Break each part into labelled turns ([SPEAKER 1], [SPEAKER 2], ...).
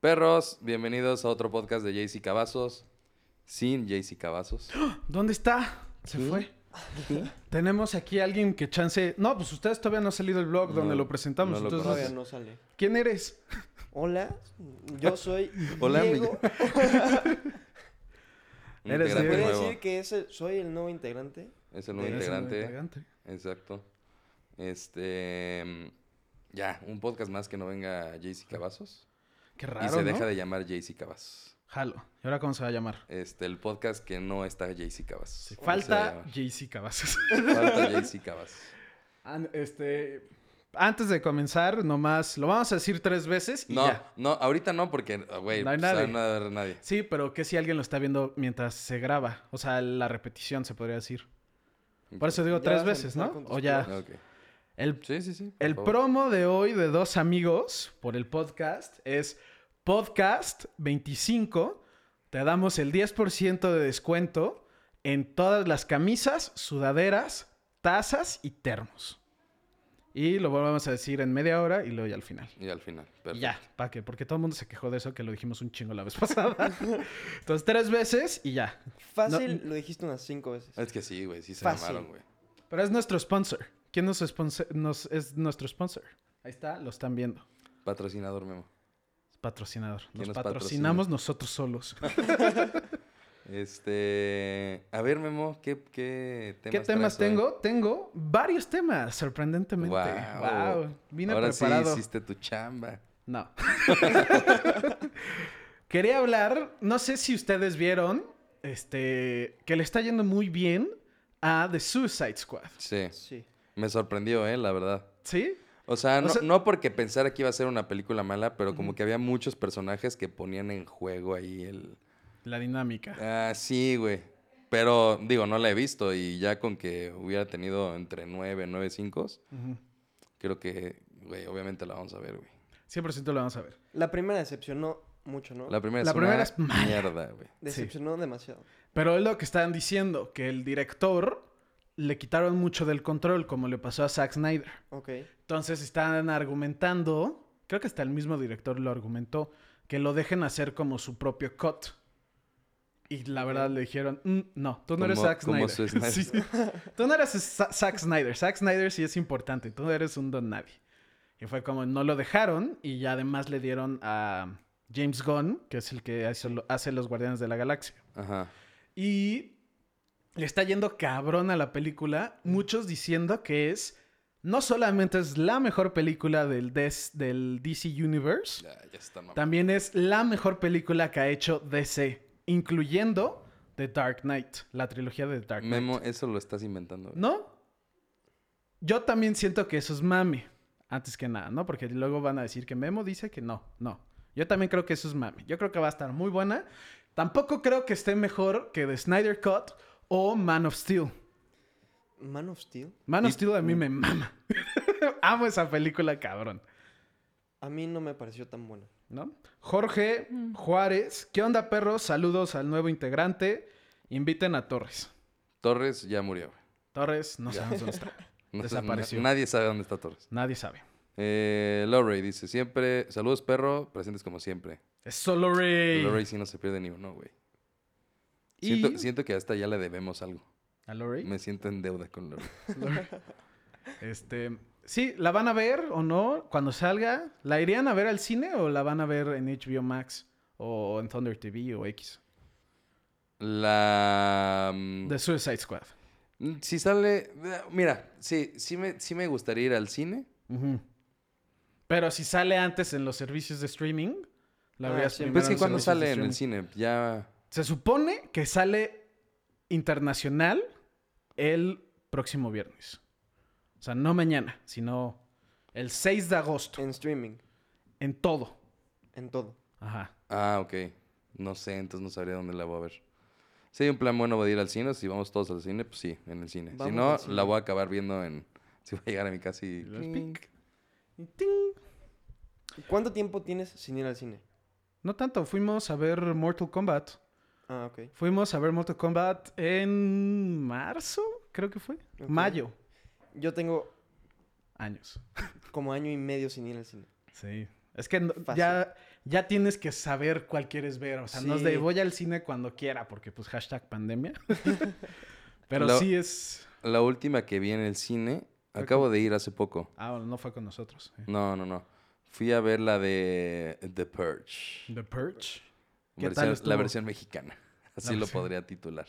[SPEAKER 1] perros, bienvenidos a otro podcast de JC Cavazos. Sin JC Cavazos.
[SPEAKER 2] ¿Dónde está? Se fue. Tenemos aquí a alguien que chance. No, pues ustedes todavía no ha salido el blog donde
[SPEAKER 1] No,
[SPEAKER 2] lo presentamos.
[SPEAKER 1] no lo
[SPEAKER 2] entonces,
[SPEAKER 1] conoces.
[SPEAKER 3] Todavía no sale.
[SPEAKER 2] ¿quién eres?
[SPEAKER 3] Hola, yo soy
[SPEAKER 1] Hola, mi-
[SPEAKER 3] Diego.
[SPEAKER 1] Un
[SPEAKER 2] Eres
[SPEAKER 1] integrante
[SPEAKER 2] libre.
[SPEAKER 3] ¿Puedo
[SPEAKER 1] nuevo.
[SPEAKER 3] decir que ese- soy el nuevo integrante?
[SPEAKER 1] Es el nuevo
[SPEAKER 2] Eres un nuevo
[SPEAKER 1] integrante. Exacto. Este. mm, Ya, un podcast más que no venga JC Cavazos.
[SPEAKER 2] Qué raro,
[SPEAKER 1] y se
[SPEAKER 2] ¿no?
[SPEAKER 1] deja de llamar JC Cavazos.
[SPEAKER 2] Jalo. ¿Y ahora cómo se va a llamar?
[SPEAKER 1] Este, el podcast que no está JC Cavazos. ¿Cómo
[SPEAKER 2] Falta
[SPEAKER 1] se
[SPEAKER 2] JC Cavazos.
[SPEAKER 1] llama? Falta JC Cavazos.
[SPEAKER 2] An- este... Antes de comenzar, nomás lo vamos a decir tres veces y
[SPEAKER 1] No,
[SPEAKER 2] ya.
[SPEAKER 1] no, ahorita no, porque, ah, güey,
[SPEAKER 2] No hay
[SPEAKER 1] pues, ahora
[SPEAKER 2] nadie.
[SPEAKER 1] no va a haber nadie.
[SPEAKER 2] Sí, pero que si alguien lo está viendo mientras se graba. O sea, la repetición se podría decir. Por eso digo
[SPEAKER 3] Ya
[SPEAKER 2] tres
[SPEAKER 3] vas a
[SPEAKER 2] veces,
[SPEAKER 3] empezar
[SPEAKER 2] ¿no?
[SPEAKER 3] con tus
[SPEAKER 2] O ya.
[SPEAKER 1] Ok.
[SPEAKER 2] El,
[SPEAKER 1] Sí, sí, sí. por
[SPEAKER 2] el
[SPEAKER 1] favor.
[SPEAKER 2] promo de hoy de dos amigos por el podcast es Podcast 25. Te damos el 10% de descuento en todas las camisas, sudaderas, tazas y termos. Y lo volvemos a decir en media hora y luego ya al final.
[SPEAKER 1] Y al final.
[SPEAKER 2] Y
[SPEAKER 1] perfecto.
[SPEAKER 2] Ya, ¿para qué? Porque todo el mundo se quejó de eso que lo dijimos un chingo la vez pasada. Entonces, tres veces y ya.
[SPEAKER 3] Fácil, lo dijiste unas cinco veces.
[SPEAKER 1] Es que sí, güey, sí se
[SPEAKER 3] Fácil.
[SPEAKER 1] llamaron, güey.
[SPEAKER 2] Pero es nuestro sponsor. ¿Quién nos, sponsor- nos- es nuestro sponsor? Ahí está, lo están viendo.
[SPEAKER 1] Patrocinador Memo.
[SPEAKER 2] Patrocinador. Nos,
[SPEAKER 1] ¿Quién nos patrocina?
[SPEAKER 2] patrocinamos nosotros solos.
[SPEAKER 1] Este. A ver, Memo, ¿qué, qué temas
[SPEAKER 2] ¿Qué temas
[SPEAKER 1] traes hoy?
[SPEAKER 2] tengo? Tengo varios temas, sorprendentemente.
[SPEAKER 1] Guau.
[SPEAKER 2] Wow. Vine
[SPEAKER 1] Ahora
[SPEAKER 2] preparado.
[SPEAKER 1] sí hiciste tu chamba.
[SPEAKER 2] No. Quería hablar, no sé si ustedes vieron, este, que le está yendo muy bien a The Suicide Squad.
[SPEAKER 1] Sí.
[SPEAKER 3] Sí.
[SPEAKER 1] Me sorprendió, ¿eh? La verdad.
[SPEAKER 2] ¿Sí?
[SPEAKER 1] O sea,
[SPEAKER 2] O
[SPEAKER 1] no,
[SPEAKER 2] sea-
[SPEAKER 1] no porque pensara que iba a ser una película mala, pero como que había muchos personajes que ponían en juego ahí el...
[SPEAKER 2] La dinámica.
[SPEAKER 1] Ah, sí, güey. Pero, digo, no la he visto y ya con que hubiera tenido entre 9, 9, 5,
[SPEAKER 2] Ujú.
[SPEAKER 1] creo que, güey, obviamente la vamos a ver, güey.
[SPEAKER 2] 100% lo vamos a ver.
[SPEAKER 3] La primera decepcionó mucho, ¿no?
[SPEAKER 1] La primera
[SPEAKER 2] La
[SPEAKER 1] es
[SPEAKER 2] primera
[SPEAKER 1] una
[SPEAKER 2] es mala.
[SPEAKER 1] mierda, güey.
[SPEAKER 3] Decepcionó demasiado.
[SPEAKER 2] Pero es lo que están diciendo, que el director le quitaron mucho del control, como le pasó a Zack Snyder.
[SPEAKER 3] Ok.
[SPEAKER 2] Entonces están argumentando, creo que hasta el mismo director lo argumentó, que lo dejen hacer como su propio cut. Y la verdad le dijeron, "Mm, no, tú no eres
[SPEAKER 1] Como-
[SPEAKER 2] Zack
[SPEAKER 1] como
[SPEAKER 2] Snyder.
[SPEAKER 1] su Snyder.
[SPEAKER 2] Sí. Tú no eres Sa- Zack Snyder. Zack Snyder sí es importante, tú eres un don nadie. Y fue como, no lo dejaron y ya además le dieron a James Gunn, que es el que hace lo- hace los Guardianes de la Galaxia.
[SPEAKER 1] Ajá.
[SPEAKER 2] Y le está yendo cabrón a la película. Muchos diciendo que es. No solamente es la mejor película del, des- del DC Universe,
[SPEAKER 1] Ya, ya está, mamá.
[SPEAKER 2] también es la mejor película que ha hecho DC, incluyendo The Dark Knight, la trilogía de The Dark Knight.
[SPEAKER 1] Memo, eso lo estás inventando, güey.
[SPEAKER 2] ¿No? Yo también siento que eso es mami. Antes que nada, ¿no? Porque luego van a decir que Memo dice que no, no. Yo también creo que eso es mami. Yo creo que va a estar muy buena. Tampoco creo que esté mejor que The Snyder Cut o Man of Steel.
[SPEAKER 3] Man of Steel.
[SPEAKER 2] Man
[SPEAKER 1] Y- mm.
[SPEAKER 2] of Steel a mí me mama. Amo esa película, cabrón.
[SPEAKER 3] A mí no me pareció tan buena.
[SPEAKER 2] ¿No? Jorge Juárez. ¿Qué onda, perros? Saludos al nuevo integrante. Inviten a Torres.
[SPEAKER 1] Torres ya murió, güey.
[SPEAKER 2] Torres, no
[SPEAKER 1] Ya.
[SPEAKER 2] sabemos dónde está.
[SPEAKER 1] No sé,
[SPEAKER 2] Desapareció.
[SPEAKER 1] na- nadie sabe dónde está Torres.
[SPEAKER 2] Nadie sabe.
[SPEAKER 1] Eh, Lorray dice siempre, saludos perro, presentes como siempre.
[SPEAKER 2] Es solo Ray.
[SPEAKER 1] Lorray sí no se pierde ni uno, güey.
[SPEAKER 2] Y-
[SPEAKER 1] Siento, siento que hasta ya le debemos algo.
[SPEAKER 2] ¿A Lorray?
[SPEAKER 1] Me siento en deuda con Lorray.
[SPEAKER 2] Este, sí, ¿la van a ver o no cuando salga? ¿La irían a ver al cine o la van a ver en HBO Max o en Thunder TV o X?
[SPEAKER 1] La... mm,
[SPEAKER 2] The Suicide Squad.
[SPEAKER 1] mm, Si sale... Mira, sí, sí me, sí me gustaría ir al cine.
[SPEAKER 2] Ujú. Pero si sale antes en los servicios de streaming, la
[SPEAKER 3] Ah,
[SPEAKER 2] verías
[SPEAKER 3] sí,
[SPEAKER 2] primero
[SPEAKER 1] Pero es que
[SPEAKER 2] en los
[SPEAKER 1] Pues cuando
[SPEAKER 2] servicios de
[SPEAKER 1] sale en el
[SPEAKER 2] streaming.
[SPEAKER 1] cine, ya...
[SPEAKER 2] Se supone que sale internacional el próximo viernes. O sea, no mañana, sino el 6 de agosto.
[SPEAKER 3] En streaming.
[SPEAKER 2] En todo.
[SPEAKER 3] En todo.
[SPEAKER 2] Ajá.
[SPEAKER 1] Ah, ok. No sé, entonces no sabría dónde la voy a ver. Si hay un plan bueno de ir al cine, si vamos todos al cine, pues sí, en el cine. si
[SPEAKER 3] Vamos
[SPEAKER 1] no,
[SPEAKER 3] al cine.
[SPEAKER 1] la voy a acabar viendo en... Si voy a llegar a mi casa y...
[SPEAKER 2] Y los
[SPEAKER 1] clink.
[SPEAKER 2] pic. Y ting.
[SPEAKER 3] ¿Cuánto tiempo tienes sin ir al cine?
[SPEAKER 2] No tanto, fuimos a ver Mortal Kombat.
[SPEAKER 3] Ah, ok.
[SPEAKER 2] Fuimos a ver Mortal Kombat en marzo, creo que fue.
[SPEAKER 3] Ok.
[SPEAKER 2] Mayo.
[SPEAKER 3] Yo tengo
[SPEAKER 2] Años.
[SPEAKER 3] como año y medio sin ir al cine.
[SPEAKER 2] Sí. Es que no-
[SPEAKER 3] Fácil.
[SPEAKER 2] ya, ya tienes que saber cuál quieres ver. O sea, no es
[SPEAKER 3] Sí.
[SPEAKER 2] de voy al cine cuando quiera, porque pues hashtag pandemia. Pero
[SPEAKER 1] Lo-
[SPEAKER 2] sí es.
[SPEAKER 1] La última que vi en el cine,
[SPEAKER 2] Fue
[SPEAKER 1] acabo de ir hace poco.
[SPEAKER 2] Ah, bueno, no fue con nosotros. eh.
[SPEAKER 1] No, no, no. Fui a ver la de The Purge.
[SPEAKER 2] The Purge. ¿Qué
[SPEAKER 1] Versión-
[SPEAKER 2] tal
[SPEAKER 1] la
[SPEAKER 2] estuvo?
[SPEAKER 1] versión mexicana. Así lo
[SPEAKER 2] versión-
[SPEAKER 1] podría titular.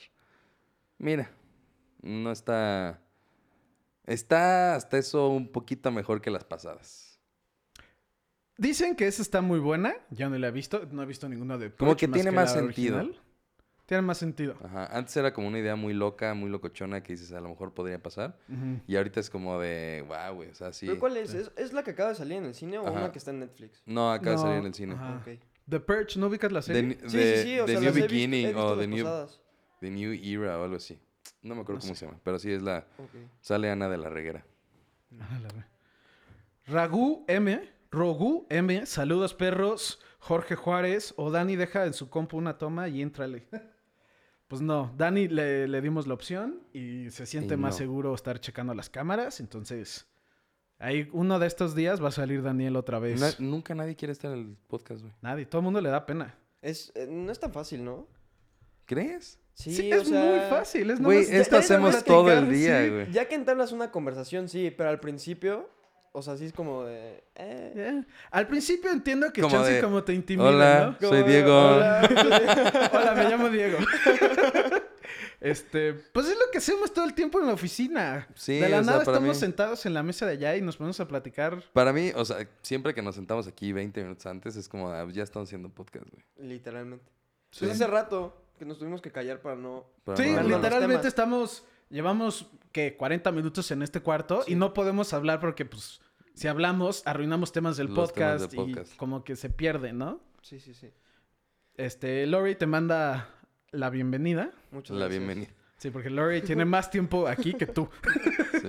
[SPEAKER 1] Mira, no está... Está hasta eso un poquito mejor que las pasadas.
[SPEAKER 2] Dicen que esa está muy buena. Yo no la he visto. No he visto ninguna de
[SPEAKER 1] Como
[SPEAKER 2] Purge
[SPEAKER 1] que tiene más
[SPEAKER 2] la
[SPEAKER 1] sentido.
[SPEAKER 2] original. Tiene más sentido.
[SPEAKER 1] Ajá. Antes era como una idea muy loca, muy locochona que dices a lo mejor podría pasar.
[SPEAKER 2] Ujú.
[SPEAKER 1] Y ahorita es como de, wow, güey, o sea, sí.
[SPEAKER 3] ¿Pero cuál es? es? es la que acaba de salir en el cine o
[SPEAKER 1] Ajá.
[SPEAKER 3] una que está en Netflix?
[SPEAKER 1] No, acaba de salir en
[SPEAKER 2] No,
[SPEAKER 1] el cine.
[SPEAKER 2] ajá. Ah.
[SPEAKER 3] Ok.
[SPEAKER 2] The Purge, ¿no ubicas la
[SPEAKER 1] The,
[SPEAKER 2] serie?
[SPEAKER 1] New-
[SPEAKER 3] Sí,
[SPEAKER 1] The-
[SPEAKER 3] sí, sí. O
[SPEAKER 1] The
[SPEAKER 3] sea,
[SPEAKER 1] New
[SPEAKER 3] las he visto- he
[SPEAKER 1] Beginning
[SPEAKER 3] visto
[SPEAKER 1] o
[SPEAKER 3] las
[SPEAKER 1] The New,
[SPEAKER 3] pasadas.
[SPEAKER 1] The New Era o algo así. No me acuerdo
[SPEAKER 2] No
[SPEAKER 1] cómo
[SPEAKER 2] sé.
[SPEAKER 1] se llama, pero sí es la...
[SPEAKER 3] Ok.
[SPEAKER 1] Sale Ana de la Reguera.
[SPEAKER 2] Ah, la ve. Ragú M, Rogú M, saludos perros, Jorge Juárez o Dani deja en su compu una toma y éntrale. Pues no, Dani le, le dimos la opción y se siente
[SPEAKER 1] Y
[SPEAKER 2] más
[SPEAKER 1] no.
[SPEAKER 2] seguro estar checando las cámaras, entonces ahí uno de estos días va a salir Daniel otra vez.
[SPEAKER 1] Na- nunca nadie quiere estar en el podcast, güey.
[SPEAKER 2] Nadie, todo el mundo le da pena.
[SPEAKER 3] Es, eh, no es tan fácil, ¿no?
[SPEAKER 1] ¿Crees?
[SPEAKER 2] Sí, es muy fácil,
[SPEAKER 3] Pues
[SPEAKER 2] es nada
[SPEAKER 1] Güey,
[SPEAKER 2] más-
[SPEAKER 1] esto
[SPEAKER 2] es nada más
[SPEAKER 1] hacemos todo el
[SPEAKER 2] platicar,
[SPEAKER 1] día,
[SPEAKER 2] sí.
[SPEAKER 1] güey.
[SPEAKER 3] Ya que entablas una conversación, sí, pero al principio, o sea, sí es como de. Eh,
[SPEAKER 2] Eh, Al principio entiendo que
[SPEAKER 1] Como
[SPEAKER 2] chance
[SPEAKER 1] de,
[SPEAKER 2] como te intimida,
[SPEAKER 1] Hola,
[SPEAKER 2] ¿no?
[SPEAKER 3] ¿no?
[SPEAKER 1] soy
[SPEAKER 3] Como-
[SPEAKER 1] Diego.
[SPEAKER 3] hola.
[SPEAKER 2] Hola, me llamo Diego. Este, pues es lo que hacemos todo el tiempo en la oficina.
[SPEAKER 1] Sí,
[SPEAKER 2] de la
[SPEAKER 1] o sea,
[SPEAKER 2] nada
[SPEAKER 1] para
[SPEAKER 2] estamos
[SPEAKER 1] mí-
[SPEAKER 2] sentados en la mesa de allá y nos ponemos a platicar.
[SPEAKER 1] Para mí, o sea, siempre que nos sentamos aquí 20 minutos antes, es como, ah, ya estamos haciendo un podcast, güey.
[SPEAKER 3] Literalmente.
[SPEAKER 1] Sí.
[SPEAKER 3] Pues hace rato que nos tuvimos que callar para no.
[SPEAKER 1] Para
[SPEAKER 2] sí,
[SPEAKER 1] no-
[SPEAKER 3] Hablando de los
[SPEAKER 2] literalmente
[SPEAKER 3] temas.
[SPEAKER 2] estamos llevamos que 40 minutos en este cuarto
[SPEAKER 3] Sí.
[SPEAKER 2] y no podemos hablar porque pues si hablamos arruinamos temas del
[SPEAKER 1] Los temas
[SPEAKER 2] podcast
[SPEAKER 1] del podcast.
[SPEAKER 2] y como que se pierde, ¿no?
[SPEAKER 3] Sí, sí, sí.
[SPEAKER 2] Este, Lori te manda la bienvenida.
[SPEAKER 3] Muchas
[SPEAKER 1] La
[SPEAKER 3] gracias.
[SPEAKER 1] bienvenida.
[SPEAKER 2] Sí, porque Lori tiene más tiempo aquí que tú.
[SPEAKER 1] Sí.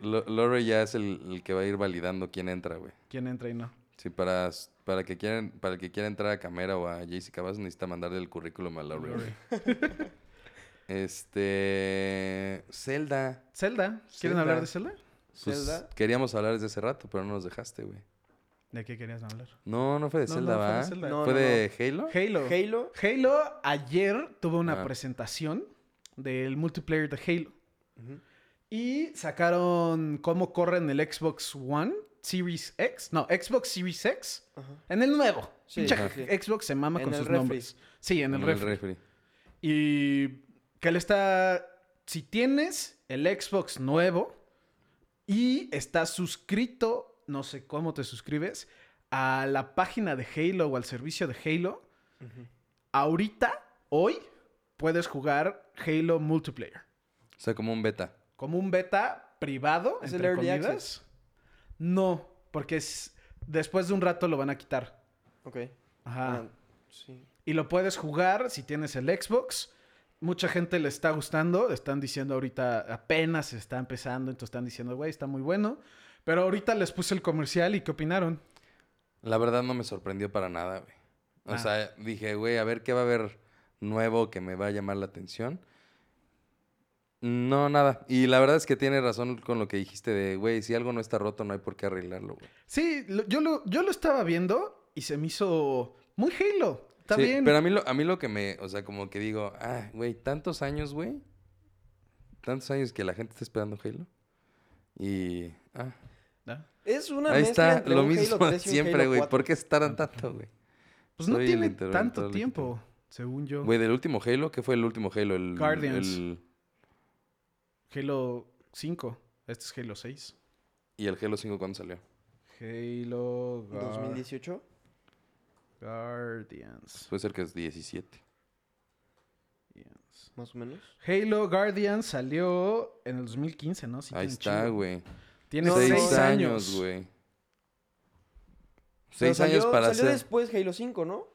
[SPEAKER 1] Lo- Lore ya es el, el que va a ir validando quién entra, güey.
[SPEAKER 2] ¿Quién entra y no?
[SPEAKER 1] Sí, para, para, que quieran, para el que quiera entrar a Camera o a JC Cabas necesita mandarle el currículum a Lore. güey.
[SPEAKER 2] Lori.
[SPEAKER 1] Este. Zelda.
[SPEAKER 2] Zelda, ¿quieren
[SPEAKER 3] Zelda.
[SPEAKER 2] hablar de Zelda?
[SPEAKER 1] Pues,
[SPEAKER 3] Zelda.
[SPEAKER 1] Queríamos hablar desde hace rato, pero no nos dejaste, güey.
[SPEAKER 2] ¿De qué querías hablar?
[SPEAKER 1] No, no fue de
[SPEAKER 2] No,
[SPEAKER 1] Zelda,
[SPEAKER 2] no, fue de
[SPEAKER 1] ¿va? ¿Fue de,
[SPEAKER 2] Zelda.
[SPEAKER 3] No, no,
[SPEAKER 1] Halo?
[SPEAKER 2] Halo.
[SPEAKER 3] Halo.
[SPEAKER 2] Halo ayer tuvo una
[SPEAKER 1] Ah.
[SPEAKER 2] presentación del multiplayer de Halo.
[SPEAKER 3] Ujú.
[SPEAKER 2] Y sacaron cómo corre en el Xbox One, Series X. No, Xbox Series X.
[SPEAKER 3] Ajá.
[SPEAKER 2] En el nuevo.
[SPEAKER 3] Sí,
[SPEAKER 2] Pinche
[SPEAKER 3] ajá.
[SPEAKER 2] Xbox se mama
[SPEAKER 3] En
[SPEAKER 2] con
[SPEAKER 3] el
[SPEAKER 2] sus
[SPEAKER 3] refri.
[SPEAKER 2] nombres. Sí, en el refri.
[SPEAKER 1] refri.
[SPEAKER 2] Y que él está. Si tienes el Xbox nuevo y estás suscrito, no sé cómo te suscribes, a la página de Halo o al servicio de Halo,
[SPEAKER 3] Ujú.
[SPEAKER 2] ahorita, hoy, puedes jugar Halo Multiplayer.
[SPEAKER 1] O sea, como un beta.
[SPEAKER 2] Como un beta privado,
[SPEAKER 3] ¿Es
[SPEAKER 2] entre
[SPEAKER 3] el Early
[SPEAKER 2] comillas.
[SPEAKER 3] Access?
[SPEAKER 2] No, porque es, después de un rato lo van a quitar.
[SPEAKER 3] Ok.
[SPEAKER 2] Ajá.
[SPEAKER 3] Ah, sí.
[SPEAKER 2] Y lo puedes jugar si tienes el Xbox. Mucha gente le está gustando. Están diciendo ahorita, apenas está empezando. Entonces están diciendo, güey, está muy bueno. Pero ahorita les puse el comercial y ¿qué opinaron?
[SPEAKER 1] La verdad no me sorprendió para nada, güey. O
[SPEAKER 2] Ah.
[SPEAKER 1] sea, dije, güey, a ver qué va a haber nuevo que me va a llamar la atención. No, nada. Y la verdad es que tiene razón con lo que dijiste de, güey, si algo no está roto, no hay por qué arreglarlo, güey.
[SPEAKER 2] Sí, lo- yo, lo, yo lo estaba viendo y se me hizo muy Halo. Está
[SPEAKER 1] Sí,
[SPEAKER 2] bien.
[SPEAKER 1] Pero a mí, lo, a mí lo que me, o sea, como que digo, ah, güey, tantos años, güey. Tantos años que la gente está esperando Halo. Y, ah,
[SPEAKER 2] Ah,
[SPEAKER 3] Es una
[SPEAKER 1] ahí
[SPEAKER 3] mezcla
[SPEAKER 1] está,
[SPEAKER 3] entre
[SPEAKER 1] lo
[SPEAKER 3] un Halo
[SPEAKER 1] mismo
[SPEAKER 3] 3 y un
[SPEAKER 1] siempre,
[SPEAKER 3] Halo
[SPEAKER 1] güey.
[SPEAKER 3] 4.
[SPEAKER 1] ¿Por qué se tardan tanto, güey?
[SPEAKER 2] Pues no
[SPEAKER 1] Soy el
[SPEAKER 2] tiene
[SPEAKER 1] interventor
[SPEAKER 2] tanto
[SPEAKER 1] legítimo.
[SPEAKER 2] tiempo, según yo.
[SPEAKER 1] Güey, del último Halo, ¿qué fue el último Halo? El,
[SPEAKER 2] Guardians.
[SPEAKER 1] el-
[SPEAKER 2] Halo 5. Este es Halo 6.
[SPEAKER 1] ¿Y el Halo 5 cuándo salió?
[SPEAKER 2] Halo Guar-
[SPEAKER 3] 2018.
[SPEAKER 2] Guardians.
[SPEAKER 1] Puede ser que es 17. Pues
[SPEAKER 2] Guardians.
[SPEAKER 3] Más o menos.
[SPEAKER 2] Halo Guardians salió en el 2015, ¿no? Sí
[SPEAKER 1] Ahí
[SPEAKER 2] tiene un
[SPEAKER 1] está,
[SPEAKER 2] chingo.
[SPEAKER 1] güey.
[SPEAKER 2] Tiene
[SPEAKER 3] No,
[SPEAKER 1] seis,
[SPEAKER 2] seis
[SPEAKER 3] no.
[SPEAKER 1] años,
[SPEAKER 2] años.
[SPEAKER 1] güey.
[SPEAKER 3] Pero
[SPEAKER 1] Seis años
[SPEAKER 3] salió-
[SPEAKER 1] para
[SPEAKER 3] Salió
[SPEAKER 1] hacer.
[SPEAKER 3] después Halo 5, ¿no?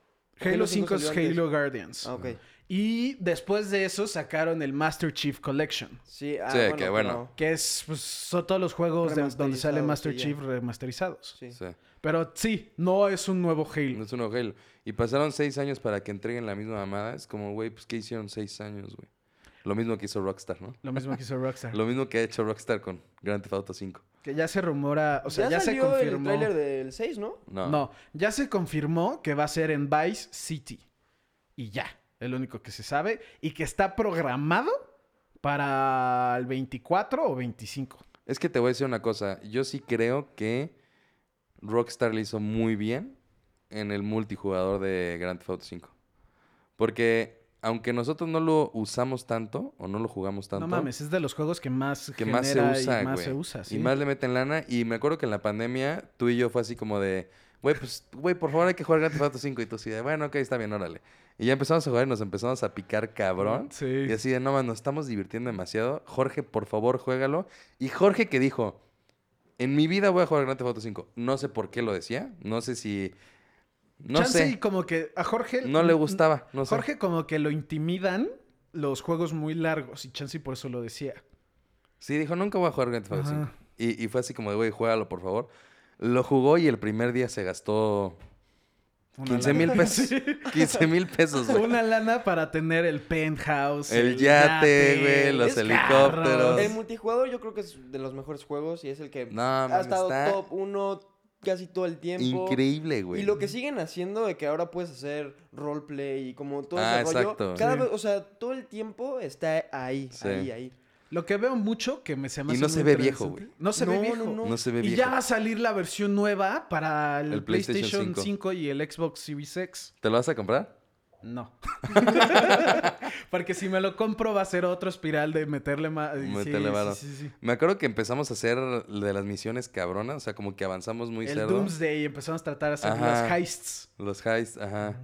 [SPEAKER 2] Halo 5 es
[SPEAKER 3] salió antes.
[SPEAKER 2] Halo Guardians.
[SPEAKER 3] Ah, ok.
[SPEAKER 2] Y después de eso sacaron el Master Chief Collection.
[SPEAKER 3] Sí, ah,
[SPEAKER 1] Sí,
[SPEAKER 3] bueno,
[SPEAKER 1] que bueno.
[SPEAKER 3] pero-
[SPEAKER 2] Que es, pues, son todos los juegos de- donde sale
[SPEAKER 3] Remasterizados,
[SPEAKER 2] Master
[SPEAKER 3] sí, ya.
[SPEAKER 2] Chief remasterizados.
[SPEAKER 3] Sí.
[SPEAKER 1] Sí,
[SPEAKER 2] Pero sí, no es un nuevo
[SPEAKER 1] no
[SPEAKER 2] Halo.
[SPEAKER 1] es un nuevo Halo. Y pasaron seis años para que entreguen la misma mamada. Es como, güey, pues ¿qué hicieron seis años, güey? Lo mismo que hizo Rockstar, ¿no?
[SPEAKER 2] Lo mismo que hizo Rockstar.
[SPEAKER 1] Lo mismo que ha hecho Rockstar con Grand Theft Auto 5.
[SPEAKER 2] Que que ya se rumora, o sea, ya, se
[SPEAKER 3] salió el
[SPEAKER 2] confirmó.
[SPEAKER 3] tráiler del 6, ¿no?
[SPEAKER 1] No.
[SPEAKER 2] No, ya se confirmó que va a ser en Vice City. Y ya, es lo único que se sabe. Y que está programado para el 24 o 25.
[SPEAKER 1] Es que te voy a decir una cosa. Yo sí creo que Rockstar le hizo muy bien en el multijugador de Grand Theft Auto 5. Porque aunque nosotros no lo usamos tanto o no lo jugamos tanto,
[SPEAKER 2] No mames, es de los juegos que más,
[SPEAKER 1] que más se
[SPEAKER 2] genera
[SPEAKER 1] usa,
[SPEAKER 2] y más
[SPEAKER 1] güey.
[SPEAKER 2] se usa. sí.
[SPEAKER 1] Y más le meten lana. Y me acuerdo que en la pandemia tú y yo fue así como de, güey, pues, güey, por favor hay que jugar Grand Theft Auto 5. Y tú así de, bueno, ok, está bien, órale. Y ya empezamos a jugar y nos empezamos a picar cabrón.
[SPEAKER 2] Sí.
[SPEAKER 1] Y así de, no, man, nos estamos divirtiendo demasiado. Jorge, por favor, juégalo. Y Jorge que dijo, en mi vida voy a jugar Grand Theft Auto 5. No sé por qué lo decía. No sé si... No
[SPEAKER 2] Chance y
[SPEAKER 1] sé.
[SPEAKER 2] como que a Jorge...
[SPEAKER 1] No le gustaba. No sé.
[SPEAKER 2] Jorge como que lo intimidan los juegos muy largos y Chance y por eso lo decía.
[SPEAKER 1] Sí, dijo, nunca voy a jugar Grand Theft Auto
[SPEAKER 2] Ajá.
[SPEAKER 1] 5. Y, y fue así como de, güey, juégalo, por favor. Lo jugó y el primer día se gastó
[SPEAKER 2] Una
[SPEAKER 1] 15 mil
[SPEAKER 2] lana.
[SPEAKER 1] pesos.
[SPEAKER 2] Sí.
[SPEAKER 1] 15 mil pesos, güey.
[SPEAKER 2] Una lana para tener el penthouse.
[SPEAKER 1] El yate, güey, los
[SPEAKER 2] es
[SPEAKER 1] helicópteros.
[SPEAKER 2] carros.
[SPEAKER 3] El multijugador yo creo que es de los mejores juegos y es el que
[SPEAKER 1] No,
[SPEAKER 3] ha
[SPEAKER 1] mames,
[SPEAKER 3] estado
[SPEAKER 1] está
[SPEAKER 3] top 1 casi todo el tiempo.
[SPEAKER 1] Increíble, güey.
[SPEAKER 3] Y lo que siguen haciendo de que ahora puedes hacer roleplay y como todo
[SPEAKER 1] Ah,
[SPEAKER 3] ese rollo.
[SPEAKER 1] exacto.
[SPEAKER 3] Cada
[SPEAKER 2] Sí.
[SPEAKER 3] vez- o sea, todo el tiempo está ahí,
[SPEAKER 1] Sí.
[SPEAKER 3] ahí, ahí.
[SPEAKER 2] Lo que veo mucho que me se me
[SPEAKER 1] Y
[SPEAKER 2] hace
[SPEAKER 1] no
[SPEAKER 2] muy
[SPEAKER 1] se ve viejo,
[SPEAKER 2] interesante-
[SPEAKER 1] güey.
[SPEAKER 2] No se ve
[SPEAKER 3] No,
[SPEAKER 2] viejo.
[SPEAKER 3] no,
[SPEAKER 1] No se ve
[SPEAKER 2] Y
[SPEAKER 1] viejo.
[SPEAKER 2] ya va a salir la versión nueva para el,
[SPEAKER 1] El
[SPEAKER 2] PlayStation,
[SPEAKER 1] PlayStation
[SPEAKER 2] 5.
[SPEAKER 1] 5.
[SPEAKER 2] y el Xbox Series X.
[SPEAKER 1] ¿Te lo vas a comprar?
[SPEAKER 2] No. Porque si me lo compro va a ser otro espiral de meterle más.
[SPEAKER 1] Meterle varo.
[SPEAKER 2] sí, sí, sí.
[SPEAKER 1] Me acuerdo que empezamos a hacer de las misiones cabronas, o sea, como que avanzamos muy
[SPEAKER 2] El
[SPEAKER 1] cerdo.
[SPEAKER 2] Doomsday empezamos a tratar de hacer
[SPEAKER 1] Ajá.
[SPEAKER 2] las heists.
[SPEAKER 1] Los heists, ajá.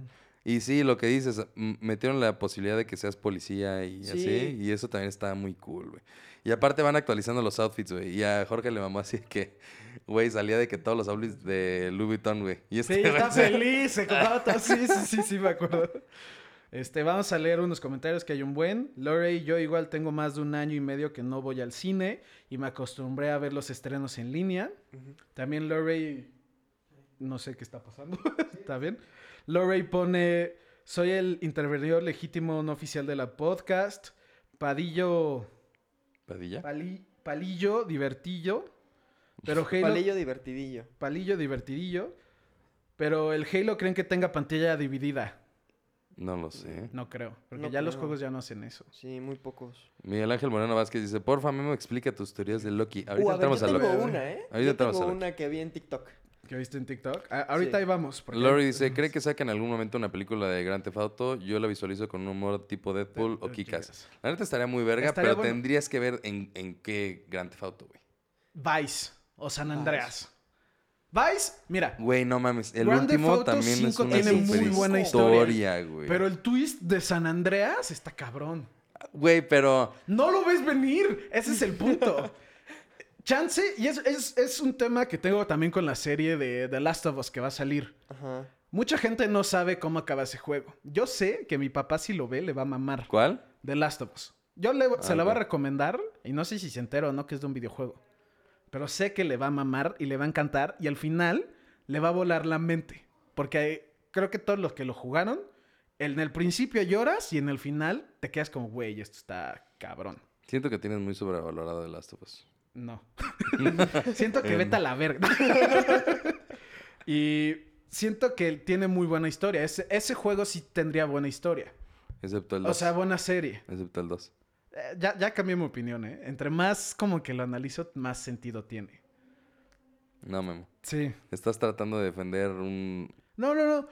[SPEAKER 1] Y sí, lo que dices, m- metieron la posibilidad de que seas policía y
[SPEAKER 3] Sí.
[SPEAKER 1] así, y eso también está muy cool, güey. Y aparte van actualizando los outfits, güey. Y a Jorge le mamó así que, güey, salía de que todos los outfits de Louis Vuitton, güey. Y
[SPEAKER 2] Sí,
[SPEAKER 1] este güey
[SPEAKER 2] está
[SPEAKER 1] se-
[SPEAKER 2] feliz, se compraba todo. Sí, sí, sí, sí, me acuerdo. Este, vamos a leer unos comentarios que hay un buen. Lorey, yo igual tengo más de un año y medio que no voy al cine y me acostumbré a ver los estrenos en línea. También Lorey, no sé qué está pasando, está bien. Lorey pone, soy el intervenidor legítimo no oficial de la podcast. Padillo,
[SPEAKER 1] ¿Padilla?
[SPEAKER 2] pali- palillo, divertillo. Pero Halo
[SPEAKER 3] Palillo divertidillo.
[SPEAKER 2] palillo divertidillo. Pero el Halo creen que tenga pantalla dividida.
[SPEAKER 1] No lo sé.
[SPEAKER 2] No creo. Porque
[SPEAKER 3] No
[SPEAKER 2] ya los
[SPEAKER 3] creo.
[SPEAKER 2] juegos ya no hacen eso.
[SPEAKER 3] Sí, muy pocos.
[SPEAKER 1] Miguel Ángel Moreno Vázquez dice, porfa, Memo, explica tus teorías de Loki. Ahorita
[SPEAKER 3] Uh, a ver,
[SPEAKER 1] entramos
[SPEAKER 3] yo
[SPEAKER 1] a
[SPEAKER 3] tengo
[SPEAKER 1] Loki.
[SPEAKER 3] una, ¿eh?
[SPEAKER 1] Ahorita
[SPEAKER 3] yo
[SPEAKER 1] entramos
[SPEAKER 3] tengo
[SPEAKER 1] a Loki.
[SPEAKER 3] una que vi en TikTok.
[SPEAKER 2] ¿Que viste en TikTok? A- ahorita
[SPEAKER 3] Sí.
[SPEAKER 2] ahí vamos. porque-
[SPEAKER 1] Lori dice, ¿cree que saque en algún momento una película de Grand Theft Auto? Yo la visualizo con un humor tipo Deadpool o Kikas. La neta estaría muy verga,
[SPEAKER 2] Estaría
[SPEAKER 1] pero
[SPEAKER 2] bueno.
[SPEAKER 1] tendrías que ver en, en qué Grand Theft Auto, güey.
[SPEAKER 2] Vice o San Andreas. Vice, mira.
[SPEAKER 1] Güey, no mames. El
[SPEAKER 2] Grand Theft
[SPEAKER 1] último
[SPEAKER 2] Auto
[SPEAKER 1] también es
[SPEAKER 2] 5
[SPEAKER 1] una
[SPEAKER 2] tiene
[SPEAKER 1] super
[SPEAKER 2] muy buena historia,
[SPEAKER 1] historia, güey.
[SPEAKER 2] Pero el twist de San Andreas está cabrón.
[SPEAKER 1] Güey, pero...
[SPEAKER 2] No lo ves venir. Ese es el punto. Chance, y es, es- es un tema que tengo también con la serie de The Last of Us que va a salir.
[SPEAKER 3] Ajá.
[SPEAKER 2] Mucha gente no sabe cómo acaba ese juego. Yo sé que mi papá si lo ve le va a mamar.
[SPEAKER 1] ¿Cuál?
[SPEAKER 2] The Last of Us. Yo le- se
[SPEAKER 1] Ah,
[SPEAKER 2] la voy a
[SPEAKER 1] ok.
[SPEAKER 2] recomendar y no sé si se entera o no que es de un videojuego. Pero sé que le va a mamar y le va a encantar y al final le va a volar la mente. Porque eh, creo que todos los que lo jugaron, en el principio lloras y en el final te quedas como, güey, esto está cabrón.
[SPEAKER 1] Siento que tienes muy sobrevalorado The Last of Us.
[SPEAKER 2] No. siento que
[SPEAKER 1] Em.
[SPEAKER 2] vete a la verga. Eh, y siento que él tiene muy buena historia. Ese, ese juego sí tendría buena historia.
[SPEAKER 1] Excepto el 2.
[SPEAKER 2] O sea, buena serie.
[SPEAKER 1] Excepto el 2.
[SPEAKER 2] Eh, ya, ya cambié mi opinión, ¿eh? Entre más como que lo analizo, más sentido tiene.
[SPEAKER 1] No, Memo.
[SPEAKER 2] Sí.
[SPEAKER 1] Estás tratando de defender un...
[SPEAKER 2] No, no, no.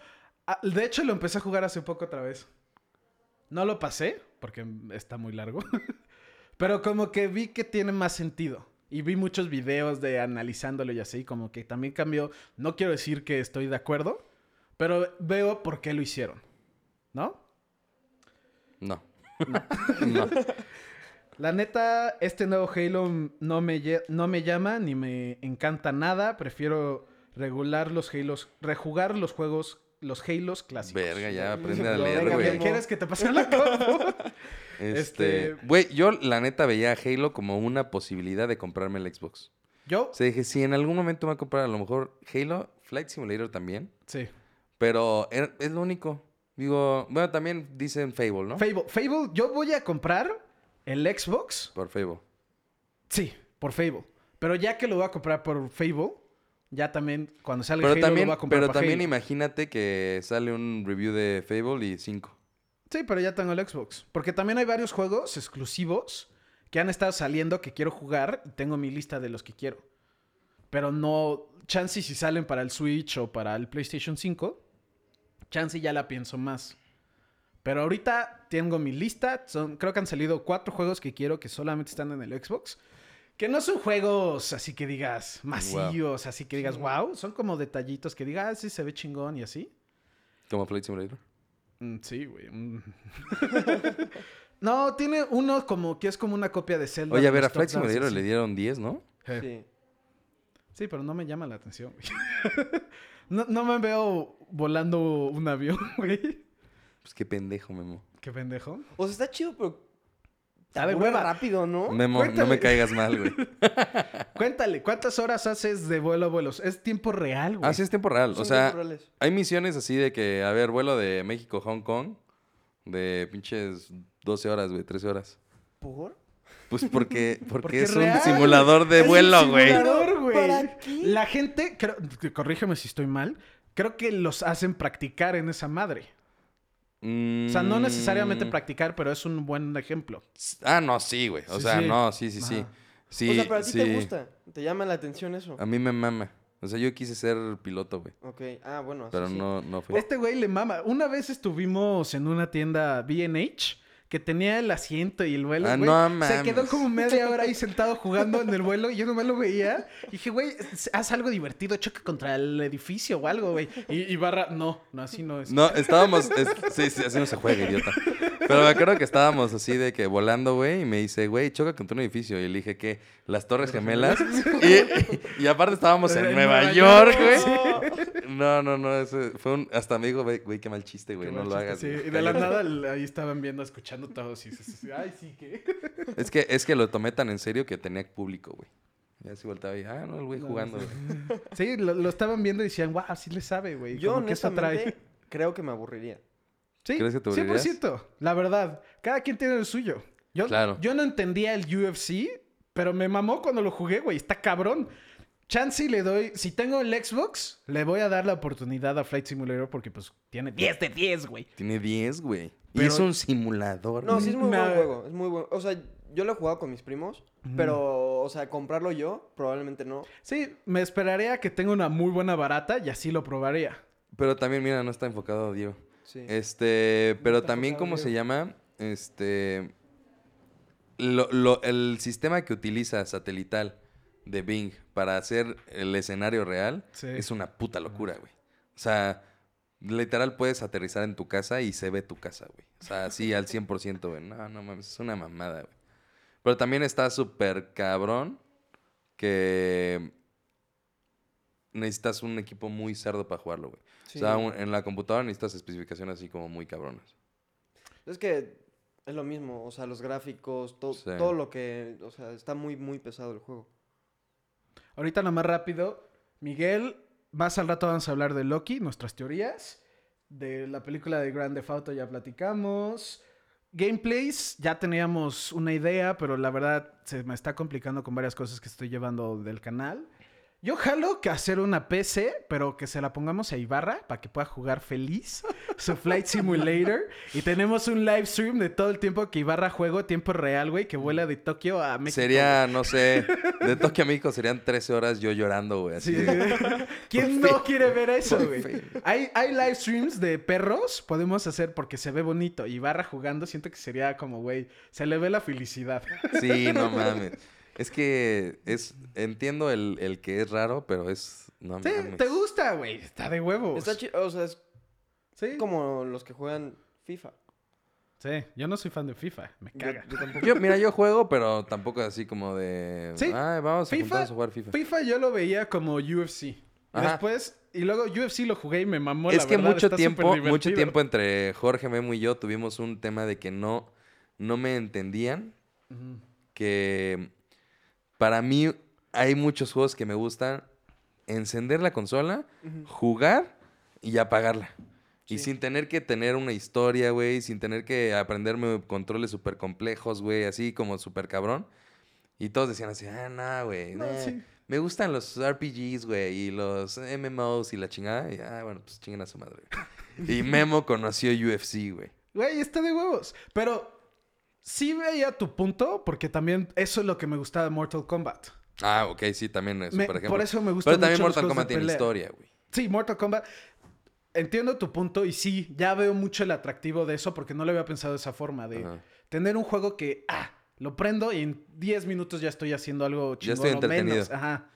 [SPEAKER 2] Ah, De hecho, lo empecé a jugar hace poco otra vez. No lo pasé, porque está muy largo. Pero como que vi que tiene más sentido. Y vi muchos videos de analizándolo y así, como que también cambió. No quiero decir que estoy de acuerdo, pero veo por qué lo hicieron. ¿No?
[SPEAKER 1] No. No.
[SPEAKER 2] La neta, este nuevo Halo no me, lle- no me llama ni me encanta nada. Prefiero regular los Halos, rejugar los juegos, los Halos clásicos.
[SPEAKER 1] Verga, ya aprende a
[SPEAKER 3] Lo
[SPEAKER 1] leer,
[SPEAKER 2] Venga,
[SPEAKER 3] verga,
[SPEAKER 1] güey.
[SPEAKER 2] bien, ¿quieres que te pase la compu?
[SPEAKER 1] Este,
[SPEAKER 2] Este-
[SPEAKER 1] güey, yo la neta veía a Halo como una posibilidad de comprarme el Xbox.
[SPEAKER 2] Yo,
[SPEAKER 1] O sea, dije, si en algún momento me voy a comprar a lo mejor Halo, Flight Simulator también,
[SPEAKER 2] sí.
[SPEAKER 1] pero er- es lo único. Digo, bueno, también dicen Fable, ¿no?
[SPEAKER 2] Fable, Fable, yo voy a comprar el Xbox,
[SPEAKER 1] Por Fable.
[SPEAKER 2] sí, por Fable. Pero ya que lo voy a comprar por Fable, ya también cuando salga
[SPEAKER 1] Pero
[SPEAKER 2] Halo lo
[SPEAKER 1] también,
[SPEAKER 2] voy a comprar
[SPEAKER 1] pero
[SPEAKER 2] para
[SPEAKER 1] también
[SPEAKER 2] Halo.
[SPEAKER 1] imagínate que sale un review de Fable y 5.
[SPEAKER 2] Sí, pero ya tengo el Xbox. Porque también hay varios juegos exclusivos que han estado saliendo que quiero jugar y tengo mi lista de los que quiero. Pero no. Chance y si salen para el Switch o para el PlayStation 5. Chance ya la pienso más. Pero ahorita tengo mi lista. Son, creo que han salido cuatro juegos que quiero que solamente están en el Xbox. Que no son juegos así que digas masivos, así que digas wow. Son como detallitos que digas, ah, sí, se ve chingón y así.
[SPEAKER 1] Como Flight Simulator.
[SPEAKER 2] Mm, Sí, güey. mm. no, tiene uno como que es como una copia de Zelda.
[SPEAKER 1] Oye, a
[SPEAKER 2] de
[SPEAKER 1] ver, a
[SPEAKER 2] los
[SPEAKER 1] Flight
[SPEAKER 2] top downs,
[SPEAKER 1] Simulator
[SPEAKER 2] así.
[SPEAKER 1] le dieron 10, ¿no?
[SPEAKER 2] Eh, Sí.
[SPEAKER 3] Sí.
[SPEAKER 2] pero no me llama la atención, güey. no, no me veo volando un avión, güey.
[SPEAKER 1] Pues qué pendejo, Memo.
[SPEAKER 2] Qué pendejo.
[SPEAKER 3] O sea, está chido, pero. te
[SPEAKER 2] A ver,
[SPEAKER 3] aburre
[SPEAKER 2] hueva.
[SPEAKER 3] rápido, ¿no?
[SPEAKER 1] Memo, no
[SPEAKER 2] Cuéntale.
[SPEAKER 1] me caigas mal, güey.
[SPEAKER 2] Cuéntale, ¿cuántas horas haces de vuelo a vuelos? Es tiempo real, güey.
[SPEAKER 1] Así Ah, es tiempo real. O
[SPEAKER 3] Son
[SPEAKER 1] sea,
[SPEAKER 3] temporales.
[SPEAKER 1] hay misiones así de que, a ver, vuelo de México a Hong Kong de pinches 12 horas, güey, 13 horas.
[SPEAKER 3] ¿Por?
[SPEAKER 1] Pues porque, porque,
[SPEAKER 2] Porque
[SPEAKER 1] es
[SPEAKER 2] real.
[SPEAKER 1] un simulador de
[SPEAKER 2] Es un
[SPEAKER 1] vuelo, güey.
[SPEAKER 2] simulador, güey.
[SPEAKER 3] ¿Para qué?
[SPEAKER 2] La gente, creo- corrígeme si estoy mal, creo que los hacen practicar en esa madre. O sea, no necesariamente
[SPEAKER 1] Mm.
[SPEAKER 2] practicar, pero es un buen ejemplo.
[SPEAKER 1] Ah, no, sí, güey. O
[SPEAKER 2] Sí,
[SPEAKER 1] sea,
[SPEAKER 2] sí.
[SPEAKER 1] no, sí, sí, sí.
[SPEAKER 2] Ajá.
[SPEAKER 1] Sí,
[SPEAKER 3] o sea, pero a ti
[SPEAKER 1] sí. Ah.
[SPEAKER 3] te gusta. Te llama la atención eso.
[SPEAKER 1] A mí me mama. O sea, yo quise ser piloto, güey.
[SPEAKER 3] Ok. Ah, bueno. así
[SPEAKER 1] Pero
[SPEAKER 3] sí. Pues,
[SPEAKER 1] no, no fui.
[SPEAKER 2] Este güey le mama. Una vez estuvimos en una tienda BH que tenía el asiento y el vuelo.
[SPEAKER 1] Ah,
[SPEAKER 2] güey.
[SPEAKER 1] no
[SPEAKER 2] Se
[SPEAKER 1] mames.
[SPEAKER 2] quedó como media hora ahí sentado jugando en el vuelo y yo nomás lo veía. Y dije, güey, haz algo divertido, choque contra el edificio o algo, güey. Y, y barra, no, no, así no
[SPEAKER 3] pues.
[SPEAKER 2] es.
[SPEAKER 1] No, estábamos. es- sí, sí, así no se juega, idiota. Pero me acuerdo que estábamos así de que volando, güey, y me dice, güey, choca contra un edificio. Y le dije que las Torres Gemelas. y, y aparte estábamos en
[SPEAKER 2] En
[SPEAKER 1] Nueva
[SPEAKER 2] Nueva
[SPEAKER 1] York, güey.
[SPEAKER 3] No.
[SPEAKER 1] No, no, no, ese fue un. Hasta amigo, güey, güey, qué mal chiste, güey,
[SPEAKER 2] Qué
[SPEAKER 1] no
[SPEAKER 2] mal
[SPEAKER 1] lo
[SPEAKER 2] chiste,
[SPEAKER 1] hagas.
[SPEAKER 2] sí.
[SPEAKER 1] güey,
[SPEAKER 2] Y de la
[SPEAKER 1] cállate.
[SPEAKER 2] nada l- ahí estaban viendo, escuchando todos. Y sí, sí, sí. ay, sí, que.
[SPEAKER 1] Es que, es que lo tomé tan en serio que tenía público, güey. Y así voltaba y, ah, no, el güey
[SPEAKER 2] No,
[SPEAKER 1] jugando, güey.
[SPEAKER 2] Sí, lo, lo estaban viendo y decían, wow, sí le sabe, güey.
[SPEAKER 3] Yo
[SPEAKER 2] como que esto trae.
[SPEAKER 3] honestamente creo que me aburriría.
[SPEAKER 2] Sí,
[SPEAKER 1] ¿Crees que te
[SPEAKER 2] 100%. La verdad, cada quien tiene el suyo. Yo,
[SPEAKER 1] Claro.
[SPEAKER 2] yo no entendía el UFC, pero me mamó cuando lo jugué, güey. Está cabrón. Chance y le doy, si tengo el Xbox, le voy a dar la oportunidad a Flight Simulator porque pues tiene 10 de 10, güey.
[SPEAKER 1] Tiene 10, güey. Y
[SPEAKER 2] Pero-
[SPEAKER 1] es un simulador.
[SPEAKER 3] No,
[SPEAKER 1] güey.
[SPEAKER 3] sí es muy
[SPEAKER 2] Nah.
[SPEAKER 3] buen juego. Es muy bueno. O sea, yo lo he jugado con mis primos. Pero, o sea, comprarlo yo, probablemente no.
[SPEAKER 2] Sí, me esperaría a que tenga una muy buena barata y así lo probaría.
[SPEAKER 1] Pero también, mira, no está enfocado, Diego.
[SPEAKER 3] Sí.
[SPEAKER 1] Este, pero
[SPEAKER 3] está
[SPEAKER 1] también,
[SPEAKER 3] enfocado,
[SPEAKER 1] ¿cómo se
[SPEAKER 3] Diego.
[SPEAKER 1] llama? Este. lo- lo- el sistema que utiliza satelital de Bing para hacer el escenario real
[SPEAKER 2] Sí.
[SPEAKER 1] es una puta locura, güey. O sea, literal puedes aterrizar en tu casa y se ve tu casa, güey. O sea, así al 100%, güey. No, no mames, es una mamada, güey. Pero también está súper cabrón que necesitas un equipo muy cerdo para jugarlo, güey.
[SPEAKER 3] Sí.
[SPEAKER 1] O sea, un- en la computadora necesitas especificaciones así como muy cabronas.
[SPEAKER 3] Es que es lo mismo. O sea, los gráficos, to-
[SPEAKER 1] Sí.
[SPEAKER 3] todo lo que. O sea, está muy, muy pesado el juego.
[SPEAKER 2] Ahorita nomás rápido, Miguel, más al rato vamos a hablar de Loki, nuestras teorías. De la película de Grand Theft Auto ya platicamos. Gameplays, ya teníamos una idea, pero la verdad se me está complicando con varias cosas que estoy llevando del canal. Yo jalo que hacer una PC, pero que se la pongamos a Ibarra para que pueda jugar feliz su Flight Simulator. Y tenemos un live stream de todo el tiempo que Ibarra juego, tiempo real, güey, que vuela de Tokio a México.
[SPEAKER 1] Sería, no sé, de Tokio a México serían 13 horas yo llorando, güey. Así
[SPEAKER 2] Sí.
[SPEAKER 1] de-
[SPEAKER 2] ¿Quién no quiere ver eso,
[SPEAKER 1] Por
[SPEAKER 2] güey?
[SPEAKER 1] Facebook.
[SPEAKER 2] Hay, hay live streams de perros, podemos hacer porque se ve bonito. Y barra jugando, siento que sería como, güey, se le ve la felicidad.
[SPEAKER 1] Sí, no mames. Es que es, entiendo el, el que es raro, pero es, no
[SPEAKER 2] Sí,
[SPEAKER 1] mames.
[SPEAKER 2] te gusta, güey. Está de huevos.
[SPEAKER 3] Está chido. O sea, es
[SPEAKER 2] Sí.
[SPEAKER 3] como los que juegan FIFA.
[SPEAKER 2] Sí, yo no soy fan de FIFA, me
[SPEAKER 3] Yo,
[SPEAKER 2] caga.
[SPEAKER 3] yo tampoco.
[SPEAKER 1] Yo, mira, yo juego, pero tampoco así como de,
[SPEAKER 2] Sí.
[SPEAKER 1] ay, vamos a
[SPEAKER 2] FIFA-
[SPEAKER 1] juntarnos a jugar FIFA.
[SPEAKER 2] FIFA yo lo veía como UFC.
[SPEAKER 1] Ajá.
[SPEAKER 2] Después, y luego UFC lo jugué y me mamó la
[SPEAKER 1] es que
[SPEAKER 2] verdad,
[SPEAKER 1] mucho
[SPEAKER 2] está
[SPEAKER 1] tiempo,
[SPEAKER 2] superdivertido.
[SPEAKER 1] mucho tiempo entre Jorge Memo y yo tuvimos un tema de que no, no me entendían
[SPEAKER 2] Ujú.
[SPEAKER 1] que para mí hay muchos juegos que me gustan encender la consola,
[SPEAKER 3] Ujú.
[SPEAKER 1] jugar y apagarla. Y
[SPEAKER 3] Sí.
[SPEAKER 1] sin tener que tener una historia, güey, sin tener que aprenderme controles súper complejos, güey, así como súper cabrón. Y todos decían así, ah, no, güey.
[SPEAKER 2] No,
[SPEAKER 1] nah,
[SPEAKER 2] sí.
[SPEAKER 1] Me gustan los RPGs, güey, y los MMOs y la chingada. Y, ah, bueno, pues chinguen a su madre. güey. y Memo conoció UFC, güey.
[SPEAKER 2] Güey, está de huevos. Pero sí veía tu punto, porque también eso es lo que me gustaba de Mortal Kombat.
[SPEAKER 1] Ah, ok, sí, también eso,
[SPEAKER 2] Me-
[SPEAKER 1] por ejemplo.
[SPEAKER 2] por eso me gusta
[SPEAKER 1] Pero también
[SPEAKER 2] mucho los
[SPEAKER 1] Mortal
[SPEAKER 2] juegos de
[SPEAKER 1] Kombat tiene
[SPEAKER 2] pelea.
[SPEAKER 1] historia, güey.
[SPEAKER 2] Sí, Mortal Kombat. Entiendo tu punto y sí, ya veo mucho el atractivo de eso porque no lo había pensado de esa forma, de
[SPEAKER 1] Ajá.
[SPEAKER 2] tener un juego que, ah, lo prendo y en 10 minutos ya estoy haciendo algo
[SPEAKER 1] Ya
[SPEAKER 2] chingón
[SPEAKER 1] estoy
[SPEAKER 2] o
[SPEAKER 1] entretenido.
[SPEAKER 2] menos. Ajá.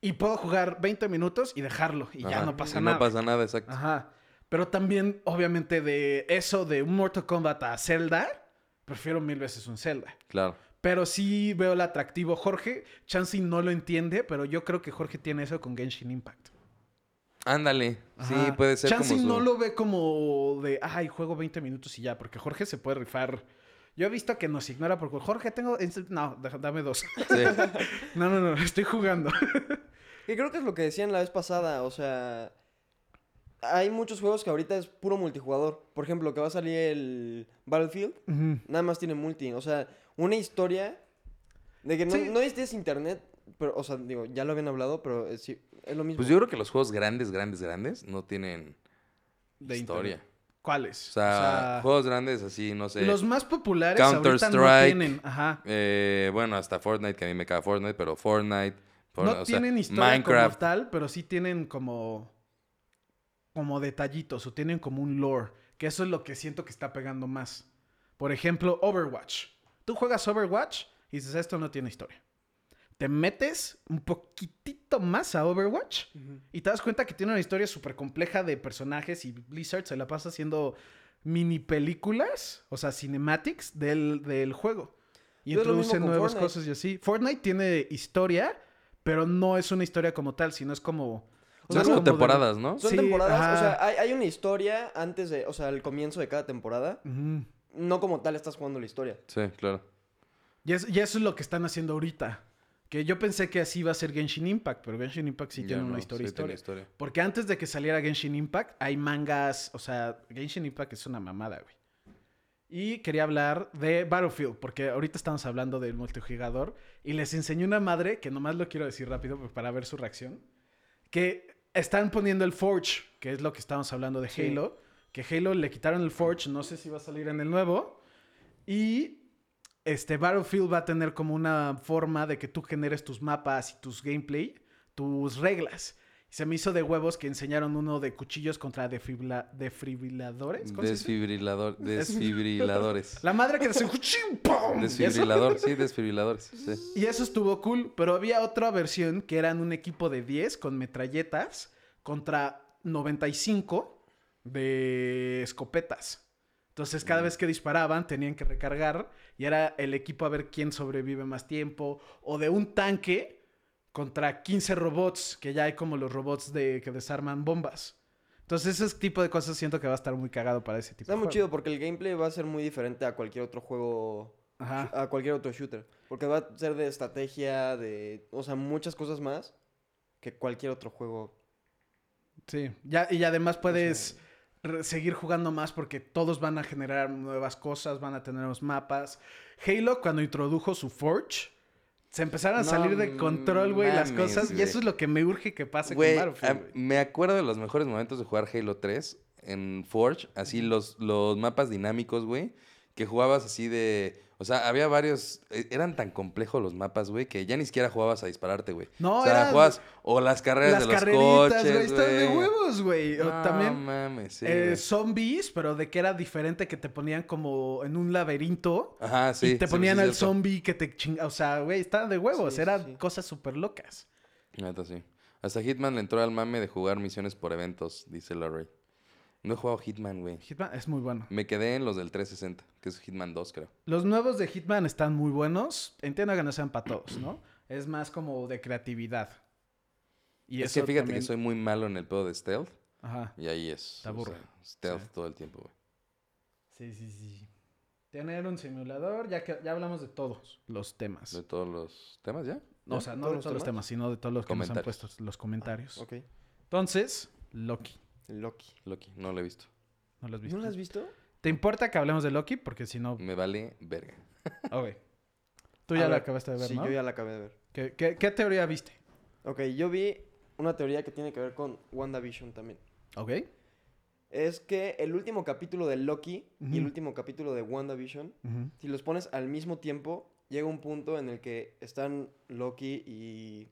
[SPEAKER 2] Y puedo jugar 20 minutos y dejarlo y ya
[SPEAKER 1] Ajá.
[SPEAKER 2] no pasa
[SPEAKER 1] Y
[SPEAKER 2] nada. Ah.
[SPEAKER 1] No pasa nada, exacto.
[SPEAKER 2] Ajá. Pero también, obviamente, de eso de un Mortal Kombat a Zelda, prefiero mil veces un Zelda.
[SPEAKER 1] Claro.
[SPEAKER 2] Pero sí veo el atractivo. Jorge, Chansey no lo entiende, pero yo creo que Jorge tiene eso con Genshin Impact.
[SPEAKER 1] Ándale. Sí,
[SPEAKER 2] Ajá.
[SPEAKER 1] puede ser
[SPEAKER 2] Chansey
[SPEAKER 1] como su...
[SPEAKER 2] no lo ve como de, ay, juego 20 minutos y ya, porque Jorge se puede rifar. Yo he visto que nos ignora porque Jorge tengo... No, deja- dame dos.
[SPEAKER 1] Sí.
[SPEAKER 2] No, no, no, estoy jugando.
[SPEAKER 3] Que creo que es lo que decían la vez pasada, o sea, hay muchos juegos que ahorita es puro multijugador. Por ejemplo, que va a salir el Battlefield,
[SPEAKER 2] Ujú.
[SPEAKER 3] nada más tiene multi, o sea, una historia de que no,
[SPEAKER 2] Sí.
[SPEAKER 3] no necesites internet, pero, o sea, digo, ya lo habían hablado, pero es, sí, es lo mismo.
[SPEAKER 1] Pues yo creo que los juegos grandes, grandes, grandes no tienen
[SPEAKER 2] De
[SPEAKER 1] historia.
[SPEAKER 2] internet. ¿Cuáles?
[SPEAKER 1] O sea, juegos grandes así, no sé.
[SPEAKER 2] Los más populares
[SPEAKER 1] Counter
[SPEAKER 2] ahorita no
[SPEAKER 1] Strike.
[SPEAKER 2] tienen. Ajá.
[SPEAKER 1] Eh, bueno, hasta Fortnite, que a mí me cae Fortnite, pero Fortnite. Fortnite,
[SPEAKER 2] no
[SPEAKER 1] o sea,
[SPEAKER 2] tienen historia
[SPEAKER 1] Minecraft.
[SPEAKER 2] como tal, pero sí tienen como como detallitos o tienen como un lore, que eso es lo que siento que está pegando más. Por ejemplo, Overwatch. Tú juegas Overwatch y dices, esto no tiene historia. Te metes un poquitito más a Overwatch
[SPEAKER 3] Ujú.
[SPEAKER 2] y te das cuenta que tiene una historia súper compleja de personajes y Blizzard se la pasa haciendo mini películas, o sea, cinematics del, del juego. Y
[SPEAKER 3] Yo es lo mismo
[SPEAKER 2] introducen
[SPEAKER 3] con
[SPEAKER 2] nuevas
[SPEAKER 3] Fortnite.
[SPEAKER 2] cosas y así. Fortnite tiene historia, pero no es una historia como tal, sino es como...
[SPEAKER 3] O
[SPEAKER 1] Son
[SPEAKER 3] sea,
[SPEAKER 1] como
[SPEAKER 2] como de-
[SPEAKER 1] temporadas, ¿no?
[SPEAKER 3] Son
[SPEAKER 2] Sí,
[SPEAKER 3] temporadas, o sea,
[SPEAKER 2] ajá.
[SPEAKER 3] hay, hay una historia antes de, o sea, el comienzo de cada temporada.
[SPEAKER 2] Ujú.
[SPEAKER 3] No como tal estás jugando la historia.
[SPEAKER 1] Sí, claro.
[SPEAKER 2] Y, es- y eso es lo que están haciendo ahorita. Que yo pensé que así iba a ser Genshin Impact, pero Genshin Impact sí
[SPEAKER 1] Ya
[SPEAKER 2] tiene
[SPEAKER 1] no,
[SPEAKER 2] una historia.
[SPEAKER 1] sí tiene
[SPEAKER 2] historia. Porque antes de que saliera Genshin Impact, hay mangas. O sea, Genshin Impact es una mamada, güey. Y quería hablar de Battlefield, porque ahorita estamos hablando del multijugador. Y les enseñé una madre, que nomás lo quiero decir rápido pues, para ver su reacción. Que están poniendo el Forge, que es lo que estamos hablando de
[SPEAKER 3] Sí.
[SPEAKER 2] Halo. Que Halo le quitaron el Forge, no sé si va a salir en el nuevo. Y este Battlefield va a tener como una forma de que tú generes tus mapas y tus gameplay, tus reglas. Se me hizo de huevos que enseñaron uno de cuchillos contra defibla- defibriladores. ¿cómo se dice?
[SPEAKER 1] Desfibrilador, desfibriladores.
[SPEAKER 2] La madre que hace un cuchillo, ¡pum! Y eso-
[SPEAKER 1] Desfibrilador, sí, desfibriladores. Sí.
[SPEAKER 2] Y eso estuvo cool, pero había otra versión que eran un equipo de 10 con metralletas contra 95 de escopetas. Entonces
[SPEAKER 3] Mm.
[SPEAKER 2] cada vez que disparaban tenían que recargar y era el equipo a ver quién sobrevive más tiempo o de un tanque contra 15 robots, que ya hay como los robots de que desarman bombas. Entonces ese tipo de cosas siento que va a estar muy cagado para ese tipo
[SPEAKER 3] Está
[SPEAKER 2] de
[SPEAKER 3] muy
[SPEAKER 2] juego.
[SPEAKER 3] chido porque el gameplay va a ser muy diferente a cualquier otro juego,
[SPEAKER 2] Ajá.
[SPEAKER 3] a cualquier otro shooter. Porque va a ser de estrategia, de, o sea, muchas cosas más que cualquier otro juego.
[SPEAKER 2] Sí, ya, y además puedes re- seguir jugando más porque todos van a generar nuevas cosas, van a tener nuevos mapas. Halo, cuando introdujo su Forge, se empezaron a
[SPEAKER 1] No
[SPEAKER 2] salir de control, güey, las
[SPEAKER 1] mames,
[SPEAKER 2] cosas. Y
[SPEAKER 1] güey.
[SPEAKER 2] eso es lo que me urge que pase
[SPEAKER 1] Güey,
[SPEAKER 2] con
[SPEAKER 1] a-
[SPEAKER 2] Battlefield, güey.
[SPEAKER 1] me acuerdo de los mejores momentos de jugar Halo 3 en Forge, así los, los mapas dinámicos, güey, que jugabas así de... O sea, había varios... e- Eran tan complejos los mapas, güey, que ya ni siquiera jugabas a dispararte, güey.
[SPEAKER 2] No,
[SPEAKER 1] o sea,
[SPEAKER 2] eran
[SPEAKER 1] jugabas o las carreras
[SPEAKER 2] Las
[SPEAKER 1] de los coches,
[SPEAKER 2] carreritas, güey,
[SPEAKER 1] güey.
[SPEAKER 2] están de huevos, güey. O
[SPEAKER 1] No,
[SPEAKER 2] También
[SPEAKER 1] mames, sí,
[SPEAKER 2] eh,
[SPEAKER 1] güey.
[SPEAKER 2] zombies, pero de que era diferente que te ponían como en un laberinto.
[SPEAKER 1] Ajá, sí.
[SPEAKER 2] y te
[SPEAKER 1] sí,
[SPEAKER 2] ponían
[SPEAKER 1] sí,
[SPEAKER 2] al
[SPEAKER 1] cierto.
[SPEAKER 2] zombie que te chinga. O sea, güey, estaban de huevos.
[SPEAKER 3] Sí, sí,
[SPEAKER 2] eran
[SPEAKER 3] sí.
[SPEAKER 2] cosas súper locas.
[SPEAKER 1] Neta, sí. Hasta Hitman le entró al mame de jugar misiones por eventos, dice Larry. No he jugado Hitman, güey.
[SPEAKER 2] Hitman es muy bueno.
[SPEAKER 1] Me quedé en los del 360, que es Hitman 2, creo.
[SPEAKER 2] Los nuevos de Hitman están muy buenos. Entiendo que no sean para todos, ¿no? Es más como de creatividad. Y
[SPEAKER 1] es que
[SPEAKER 2] eso
[SPEAKER 1] fíjate
[SPEAKER 2] también-
[SPEAKER 1] que soy muy malo en el pedo de stealth.
[SPEAKER 2] Ajá.
[SPEAKER 1] Y ahí es.
[SPEAKER 2] Te
[SPEAKER 1] o
[SPEAKER 2] aburre.
[SPEAKER 1] sea, stealth
[SPEAKER 2] Sí.
[SPEAKER 1] todo el tiempo, güey.
[SPEAKER 2] Sí, sí, sí. Tener un simulador, ya que ya hablamos de todos los temas.
[SPEAKER 1] De todos los temas, ¿ya?
[SPEAKER 2] o sea, no de todos los temas, sino de todos los que nos han
[SPEAKER 1] Comentarios.
[SPEAKER 2] puesto los comentarios.
[SPEAKER 3] Ah, Ok,
[SPEAKER 2] Entonces, Loki.
[SPEAKER 3] Loki.
[SPEAKER 1] Loki, no lo he visto.
[SPEAKER 2] ¿No lo has visto?
[SPEAKER 3] ¿No lo has visto?
[SPEAKER 1] Mm.
[SPEAKER 2] ¿Te importa que hablemos de Loki? Porque si no.
[SPEAKER 1] Me vale verga.
[SPEAKER 2] Ok. Tú
[SPEAKER 3] A
[SPEAKER 2] ya la
[SPEAKER 3] ver,
[SPEAKER 2] acabaste de ver,
[SPEAKER 3] sí,
[SPEAKER 2] ¿no?
[SPEAKER 3] yo ya la acabé de ver.
[SPEAKER 2] ¿Qué, qué, qué teoría viste?
[SPEAKER 3] Ok, yo vi una teoría que tiene que ver con WandaVision también.
[SPEAKER 2] Ok.
[SPEAKER 3] Es que el último capítulo de Loki y el
[SPEAKER 2] Ujú.
[SPEAKER 3] último capítulo de WandaVision, si los pones al mismo tiempo, llega un punto en el que están Loki y...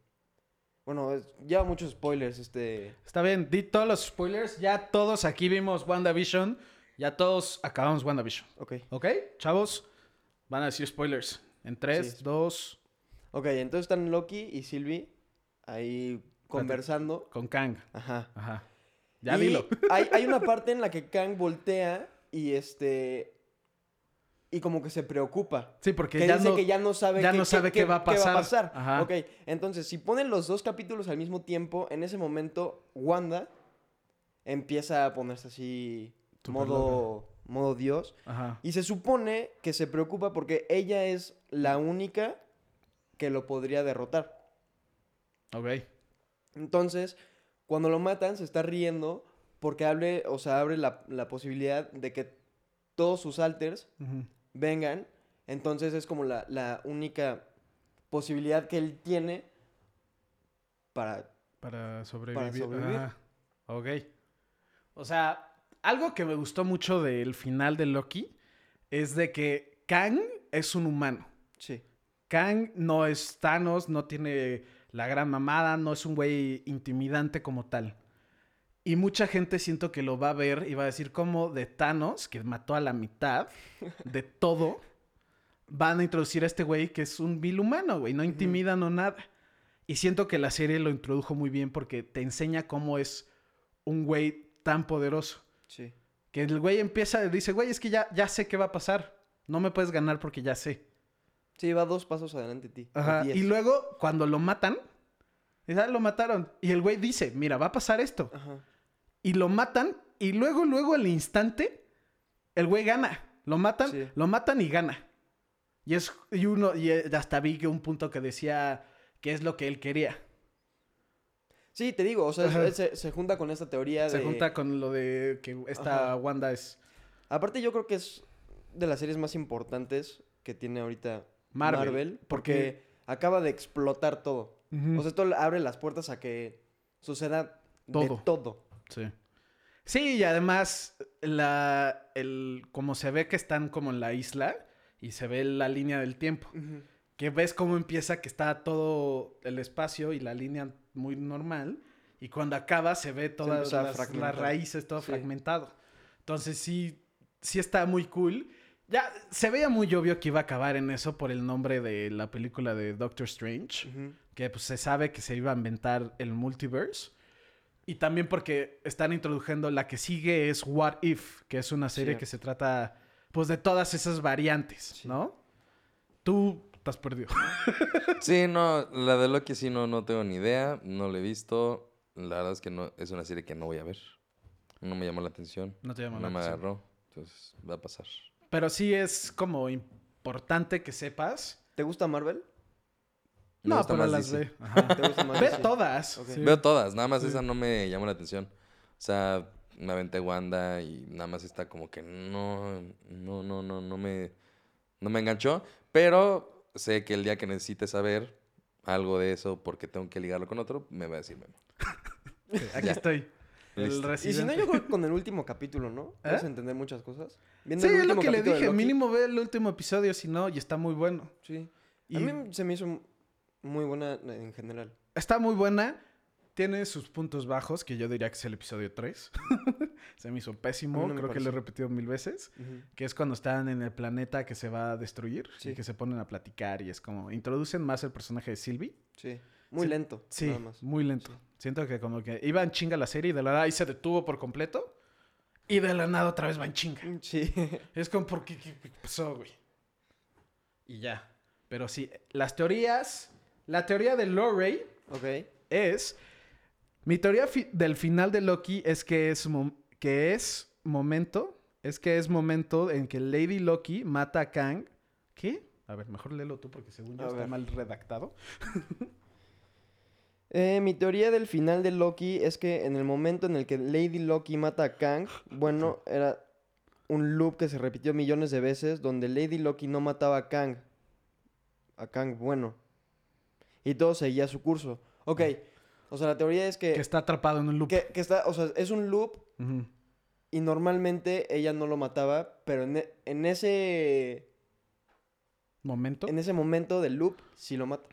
[SPEAKER 3] Bueno, es- lleva muchos spoilers este...
[SPEAKER 2] Está bien, di todos los spoilers. Ya todos aquí vimos WandaVision. Ya todos acabamos WandaVision.
[SPEAKER 3] Ok.
[SPEAKER 2] ¿Ok? Chavos, van a decir spoilers. En 3,
[SPEAKER 3] Sí.
[SPEAKER 2] 2,
[SPEAKER 3] Ok, entonces están Loki y Sylvie ahí conversando.
[SPEAKER 2] con Kang.
[SPEAKER 3] Ajá.
[SPEAKER 2] Ajá. Ya
[SPEAKER 3] Y
[SPEAKER 2] dilo.
[SPEAKER 3] Hay, hay una parte en la que Kang voltea y este. Y como que se preocupa.
[SPEAKER 2] Sí, porque
[SPEAKER 3] Que,
[SPEAKER 2] ya
[SPEAKER 3] dice
[SPEAKER 2] no...
[SPEAKER 3] que ya no sabe,
[SPEAKER 2] ya no sabe qué va a pasar. Ajá.
[SPEAKER 3] Ok, entonces, si ponen los dos capítulos al mismo tiempo, en ese momento, Wanda empieza a ponerse así.
[SPEAKER 2] Súper
[SPEAKER 3] Modo, modo Dios.
[SPEAKER 2] Ajá.
[SPEAKER 3] Y se supone que se preocupa porque ella es la única que lo podría derrotar.
[SPEAKER 2] Ok.
[SPEAKER 3] Entonces, cuando lo matan, se está riendo porque abre, o sea, abre la, la posibilidad de que todos sus alters
[SPEAKER 2] Ujú.
[SPEAKER 3] vengan. Entonces es como la, la única posibilidad que él tiene para...
[SPEAKER 2] Para sobrevivir.
[SPEAKER 3] sobrevivir.
[SPEAKER 2] Ajá. Ok. O sea, algo que me gustó mucho del final de Loki es de que Kang es un humano.
[SPEAKER 3] Sí.
[SPEAKER 2] Kang no es Thanos, no tiene la gran mamada, no es un güey intimidante como tal. Y mucha gente siento que lo va a ver y va a decir como de Thanos, que mató a la mitad de todo, van a introducir a este güey que es un vil humano, güey, no intimida, no nada. Y siento que la serie lo introdujo muy bien porque te enseña cómo es un güey tan poderoso.
[SPEAKER 3] Sí.
[SPEAKER 2] Que el güey empieza y dice, güey, es que ya, ya sé qué va a pasar. No me puedes ganar porque ya sé.
[SPEAKER 3] Sí, va dos pasos adelante de ti. o
[SPEAKER 2] Ajá,
[SPEAKER 3] diez.
[SPEAKER 2] Y luego, cuando lo matan, dice, "Ah, lo mataron. Y el güey dice, mira, va a pasar esto.
[SPEAKER 3] Ajá.
[SPEAKER 2] Y lo matan. Y luego, luego, al instante, el güey gana. Lo matan,
[SPEAKER 3] Sí.
[SPEAKER 2] lo matan y gana. Y es, y uno, y eh, hasta vi que un punto que decía que es lo que él quería.
[SPEAKER 3] Sí, te digo, o sea, es-
[SPEAKER 2] Ajá.
[SPEAKER 3] es- se, se junta con esta teoría
[SPEAKER 2] Se
[SPEAKER 3] de...
[SPEAKER 2] junta con lo de que esta
[SPEAKER 3] Ajá.
[SPEAKER 2] Wanda es
[SPEAKER 3] Aparte yo creo que es de las series más importantes que tiene ahorita
[SPEAKER 2] Marvel.
[SPEAKER 3] Marvel, porque acaba de explotar todo.
[SPEAKER 2] Ujú.
[SPEAKER 3] O sea, esto le abre las puertas a que suceda todo.
[SPEAKER 2] Todo.
[SPEAKER 3] De todo.
[SPEAKER 2] Sí. Sí, y además, la, el, como se ve que están como en la isla y se ve la línea del tiempo. que ves cómo empieza que está todo el espacio y la línea muy normal y cuando acaba se ve todas
[SPEAKER 3] empieza a
[SPEAKER 2] las- las,
[SPEAKER 3] fragmentar.
[SPEAKER 2] raíces todo
[SPEAKER 3] Sí.
[SPEAKER 2] fragmentado. Entonces sí sí está muy cool. Ya se veía muy obvio que iba a acabar en eso por el nombre de la película de Doctor Strange,
[SPEAKER 3] Ujú.
[SPEAKER 2] que pues se sabe que se iba a inventar el multiverse. Y también porque están introduciendo la que sigue es What If, que es una serie que se trata pues de todas esas variantes,
[SPEAKER 3] Sí.
[SPEAKER 2] ¿no? Tú estás perdido.
[SPEAKER 1] Sí, no, la de Loki sí no, no tengo ni idea, no la he visto. La verdad es que no, es una serie que no voy a ver. No me llamó la atención.
[SPEAKER 2] No te
[SPEAKER 1] No
[SPEAKER 2] llama la
[SPEAKER 1] me
[SPEAKER 2] atención.
[SPEAKER 1] agarró. Entonces va a pasar.
[SPEAKER 2] Pero sí es como importante que sepas.
[SPEAKER 3] ¿Te gusta Marvel?
[SPEAKER 1] Me
[SPEAKER 2] No,
[SPEAKER 1] gusta
[SPEAKER 2] pero
[SPEAKER 1] más
[SPEAKER 2] las
[SPEAKER 1] DC.
[SPEAKER 2] ve. Ajá.
[SPEAKER 3] ¿Te gusta más
[SPEAKER 2] Ve
[SPEAKER 3] DC?
[SPEAKER 2] todas.
[SPEAKER 3] Ok.
[SPEAKER 2] sí.
[SPEAKER 1] Veo todas, nada más
[SPEAKER 2] Sí.
[SPEAKER 1] esa no me llamó la atención. O sea, me aventé Wanda y nada más está como que no, no, no, no, no me, no me enganchó. Pero sé que el día que necesite saber algo de eso porque tengo que ligarlo con otro, me va a decir Memo.
[SPEAKER 2] Aquí estoy. El
[SPEAKER 1] Listo.
[SPEAKER 3] Y si no,
[SPEAKER 2] residente.
[SPEAKER 3] yo creo que con el último capítulo, ¿no?
[SPEAKER 2] ¿Eh?
[SPEAKER 3] Puedes entender muchas cosas. Viendo
[SPEAKER 2] Sí,
[SPEAKER 3] el
[SPEAKER 2] es lo
[SPEAKER 3] último
[SPEAKER 2] que le
[SPEAKER 3] capítulo de
[SPEAKER 2] dije.
[SPEAKER 3] Loki,
[SPEAKER 2] Mínimo ve el último episodio, si no, y está muy bueno.
[SPEAKER 3] Sí.
[SPEAKER 2] Y
[SPEAKER 3] A mí se me hizo muy buena en general.
[SPEAKER 2] está muy buena. Tiene sus puntos bajos, que yo diría que es el episodio 3. se me hizo
[SPEAKER 3] A
[SPEAKER 2] pésimo.
[SPEAKER 3] mí no me
[SPEAKER 2] Creo que lo he
[SPEAKER 3] pareció.
[SPEAKER 2] repetido mil veces.
[SPEAKER 3] Ujú.
[SPEAKER 2] Que es cuando están en el planeta que se va a destruir y
[SPEAKER 3] Sí.
[SPEAKER 2] que se ponen a platicar. Y es como introducen más el personaje de Sylvie.
[SPEAKER 3] Sí. Muy
[SPEAKER 2] Sí.
[SPEAKER 3] lento.
[SPEAKER 2] Sí,
[SPEAKER 3] Nada más.
[SPEAKER 2] muy lento. Siento que como que iba en chinga la serie y de la nada ahí se detuvo por completo. Y de la nada otra vez va en chinga.
[SPEAKER 3] Sí.
[SPEAKER 2] Es como, ¿por qué, qué- qué pasó, güey? Y ya. Pero sí, las teorías... La teoría de Lorray
[SPEAKER 3] ok.
[SPEAKER 2] es... Mi teoría fi- del final de Loki es que es, mom- que es momento... Es que es momento en que Lady Loki mata a Kang. ¿Qué? A ver, mejor léelo tú porque según yo
[SPEAKER 3] A
[SPEAKER 2] está
[SPEAKER 3] ver.
[SPEAKER 2] mal redactado.
[SPEAKER 3] Eh, mi teoría del final de Loki es que en el momento en el que Lady Loki mata a Kang, bueno, era un loop que se repitió millones de veces donde Lady Loki no mataba a Kang. a Kang bueno. Y todo seguía su curso. Ok, o sea, la teoría es que...
[SPEAKER 2] Que está atrapado en un loop.
[SPEAKER 3] Eh, que- que está, o sea, es un loop
[SPEAKER 2] Ujú.
[SPEAKER 3] y normalmente ella no lo mataba, pero en, e- en ese...
[SPEAKER 2] Momento.
[SPEAKER 3] En ese momento del loop sí lo mata.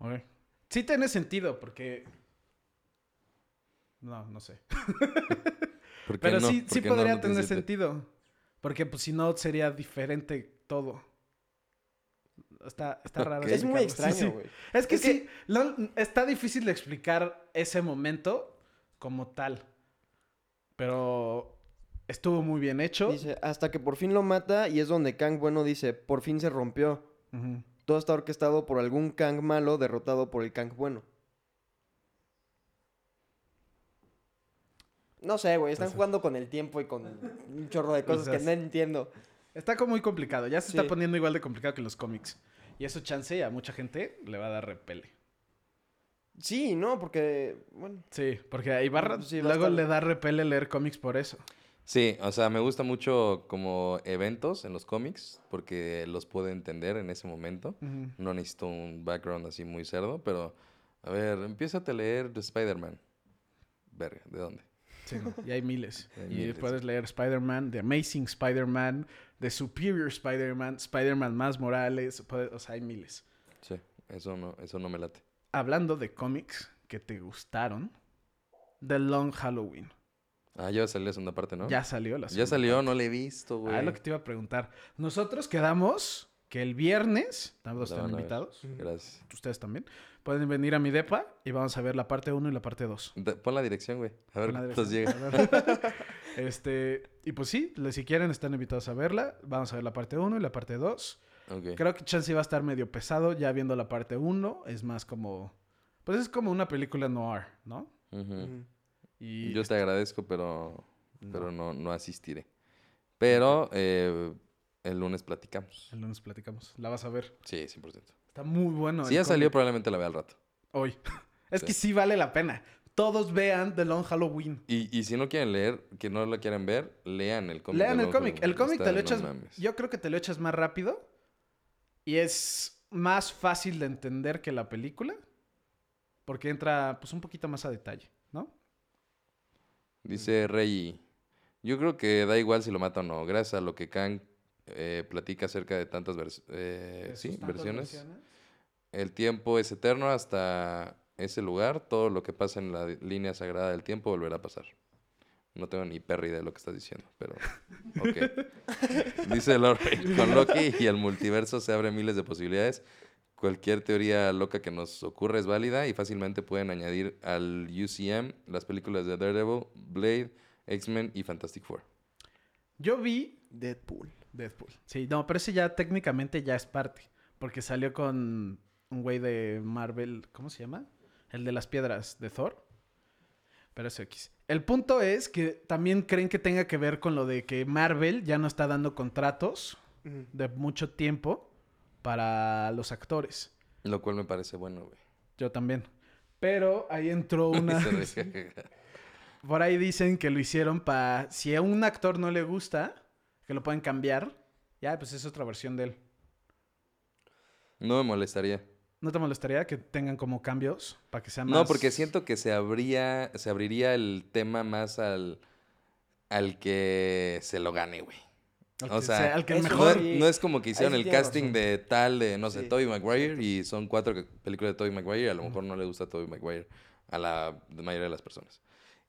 [SPEAKER 2] Ok. Sí tiene sentido, porque... No, no sé.
[SPEAKER 1] ¿Por qué
[SPEAKER 2] Pero
[SPEAKER 1] no?
[SPEAKER 2] sí,
[SPEAKER 1] ¿Por
[SPEAKER 2] sí
[SPEAKER 1] qué no
[SPEAKER 2] podría
[SPEAKER 1] en un
[SPEAKER 2] tener
[SPEAKER 1] principio?
[SPEAKER 2] sentido. Porque pues si no sería diferente todo. Está, está raro.
[SPEAKER 1] Ok.
[SPEAKER 3] Es muy
[SPEAKER 2] explicarlo. Sí, sí.
[SPEAKER 3] extraño, güey.
[SPEAKER 2] Es que
[SPEAKER 3] Es que-
[SPEAKER 2] sí, lo- está difícil de explicar ese momento como tal. Pero estuvo muy bien hecho.
[SPEAKER 3] Dice, hasta que por fin lo mata y es donde Kang bueno dice, por fin se rompió.
[SPEAKER 2] Ujú.
[SPEAKER 3] Todo está orquestado por algún Kang malo derrotado por el Kang bueno. No sé, güey. Están
[SPEAKER 2] Pues, eh.
[SPEAKER 3] jugando con el tiempo y con un chorro de cosas
[SPEAKER 2] Pues,
[SPEAKER 3] que no entiendo.
[SPEAKER 2] Está como muy complicado. Ya se está
[SPEAKER 3] Sí.
[SPEAKER 2] poniendo igual de complicado que los cómics. Y eso chance a mucha gente le va a dar repele.
[SPEAKER 3] Sí, no, porque, bueno,
[SPEAKER 2] Sí, porque ahí va,
[SPEAKER 3] Sí, va a
[SPEAKER 2] luego
[SPEAKER 3] estar-
[SPEAKER 2] le da repele leer cómics por eso.
[SPEAKER 1] Sí, o sea, me gusta mucho como eventos en los cómics porque los puedo entender en ese momento.
[SPEAKER 2] Ujú.
[SPEAKER 1] No necesito un background así muy cerdo, pero a ver, empieza a leer de Spider-Man. Verga, ¿de dónde?
[SPEAKER 2] Sí, no, y hay miles.
[SPEAKER 1] Hay
[SPEAKER 2] y
[SPEAKER 1] miles.
[SPEAKER 2] puedes leer Spider-Man, The Amazing Spider-Man, The Superior Spider-Man, Spider-Man más Morales, puede- o sea, hay miles.
[SPEAKER 1] Sí, eso no, eso no me late.
[SPEAKER 2] Hablando de cómics que te gustaron, The Long Halloween.
[SPEAKER 1] Ah, ya salió la segunda parte, ¿no?
[SPEAKER 2] Ya salió la
[SPEAKER 1] Ya
[SPEAKER 2] segunda
[SPEAKER 1] salió, no le he visto,
[SPEAKER 2] parte. Ah,
[SPEAKER 1] güey.
[SPEAKER 2] es lo que te iba a preguntar. Nosotros quedamos que el viernes,
[SPEAKER 1] La
[SPEAKER 2] todos están
[SPEAKER 1] van a ver.
[SPEAKER 2] invitados,
[SPEAKER 1] Gracias.
[SPEAKER 2] ustedes también, pueden venir a mi depa y vamos a ver la parte 1 y la parte 2.
[SPEAKER 1] Da- Pon la dirección, güey. A ver
[SPEAKER 2] Con la
[SPEAKER 1] cuántos llega.
[SPEAKER 2] dirección. Este, y pues sí, le- si quieren están invitados a verla. Vamos a ver la parte 1 y la parte 2.
[SPEAKER 1] Ok.
[SPEAKER 2] Creo que Chance iba a estar medio pesado ya viendo la parte 1. Es más como... Pues es como una película noir, ¿no?
[SPEAKER 1] Ujú.
[SPEAKER 2] mm.
[SPEAKER 3] ujú.
[SPEAKER 2] Y
[SPEAKER 1] Yo te agradezco, pero, pero no, no asistiré. Pero eh, el lunes platicamos.
[SPEAKER 2] el lunes platicamos. La vas a ver.
[SPEAKER 1] Sí, 100%.
[SPEAKER 2] Está muy bueno.
[SPEAKER 1] si
[SPEAKER 2] el
[SPEAKER 1] ya salió,
[SPEAKER 2] cómic
[SPEAKER 1] probablemente la vea al rato.
[SPEAKER 2] Hoy. es
[SPEAKER 1] Sí.
[SPEAKER 2] que sí vale la pena. Todos vean The Long Halloween.
[SPEAKER 1] Y, y si no quieren leer, que no lo quieren ver, lean el cómic.
[SPEAKER 2] Lean
[SPEAKER 1] de
[SPEAKER 2] el
[SPEAKER 1] Longhorn,
[SPEAKER 2] cómic. El
[SPEAKER 1] porque
[SPEAKER 2] cómic
[SPEAKER 1] está
[SPEAKER 2] te lo
[SPEAKER 1] de no
[SPEAKER 2] echas...
[SPEAKER 1] mames.
[SPEAKER 2] yo creo que te lo echas más rápido. Y es más fácil de entender que la película. Porque entra pues un poquito más a detalle, ¿no?
[SPEAKER 1] Dice Rey, yo creo que da igual si lo mata o no, gracias a lo que Kang eh, platica acerca de tantas vers- eh,
[SPEAKER 2] De
[SPEAKER 1] sí,
[SPEAKER 2] sus tantas
[SPEAKER 1] versiones. El tiempo es eterno hasta ese lugar, todo lo que pasa en la línea sagrada del tiempo volverá a pasar. No tengo ni perra idea de lo que estás diciendo, pero ok. Dice Lord Rey, con Loki y el multiverso se abren miles de posibilidades. Cualquier teoría loca que nos ocurra es válida y fácilmente pueden añadir al UCM las películas de Daredevil, Blade, X-Men y Fantastic Four.
[SPEAKER 2] Yo vi
[SPEAKER 3] Deadpool.
[SPEAKER 2] Deadpool. Sí, no, pero ese ya técnicamente ya es parte. Porque salió con un güey de Marvel, ¿cómo se llama? El de las piedras de Thor. Pero es X. El punto es que también creen que tenga que ver con lo de que Marvel ya no está dando contratos
[SPEAKER 3] Ujú.
[SPEAKER 2] de mucho tiempo para los actores.
[SPEAKER 1] Lo cual me parece bueno, güey.
[SPEAKER 2] Yo también. Pero ahí entró una...
[SPEAKER 1] Se ríe.
[SPEAKER 2] Por ahí dicen que lo hicieron para. Si a un actor no le gusta, que lo pueden cambiar. Ya, pues es otra versión de él.
[SPEAKER 1] No me molestaría.
[SPEAKER 2] ¿No te molestaría que tengan como cambios para que sea más.
[SPEAKER 1] No, porque siento que se abría, se abriría el tema más al, al que se lo gane, güey.
[SPEAKER 2] Al
[SPEAKER 1] o
[SPEAKER 2] que
[SPEAKER 1] sea,
[SPEAKER 2] sea- al que
[SPEAKER 3] eso
[SPEAKER 1] No,
[SPEAKER 2] mejor.
[SPEAKER 1] es-
[SPEAKER 3] Sí.
[SPEAKER 1] no es como que hicieron
[SPEAKER 3] sí
[SPEAKER 1] el
[SPEAKER 3] tienes
[SPEAKER 1] casting
[SPEAKER 3] razón.
[SPEAKER 1] de tal de, no sé,
[SPEAKER 3] Sí,
[SPEAKER 1] Tobey Maguire y son cuatro que- películas de Tobey Maguire. A lo mejor no le gusta Tobey Maguire a la mayoría de las personas.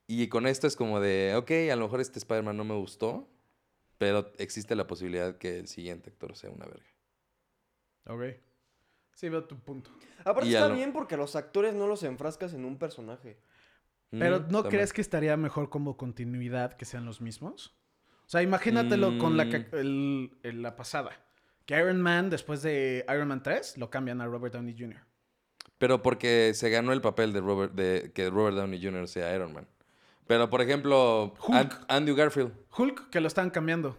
[SPEAKER 1] Y con esto es como de, ok, a lo mejor este Spider-Man no me gustó, pero existe la posibilidad que el siguiente actor sea una verga.
[SPEAKER 2] Ok. Sí, veo tu punto.
[SPEAKER 3] Aparte
[SPEAKER 1] Y a
[SPEAKER 3] está
[SPEAKER 1] lo-
[SPEAKER 3] bien porque los actores no los enfrascas en un personaje.
[SPEAKER 2] Pero
[SPEAKER 1] Mm,
[SPEAKER 2] ¿no
[SPEAKER 1] también.
[SPEAKER 2] crees que estaría mejor como continuidad que sean los mismos? O sea, imagínatelo con la, ca-
[SPEAKER 1] Mm.
[SPEAKER 2] el- el- la pasada. Que Iron Man, después de Iron Man 3, lo cambian a Robert Downey Jr.
[SPEAKER 1] Pero porque se ganó el papel de Robert, de que Robert Downey Jr. sea Iron Man. Pero, por ejemplo,
[SPEAKER 2] Hulk.
[SPEAKER 1] An- Andrew Garfield.
[SPEAKER 2] Hulk, que lo están cambiando.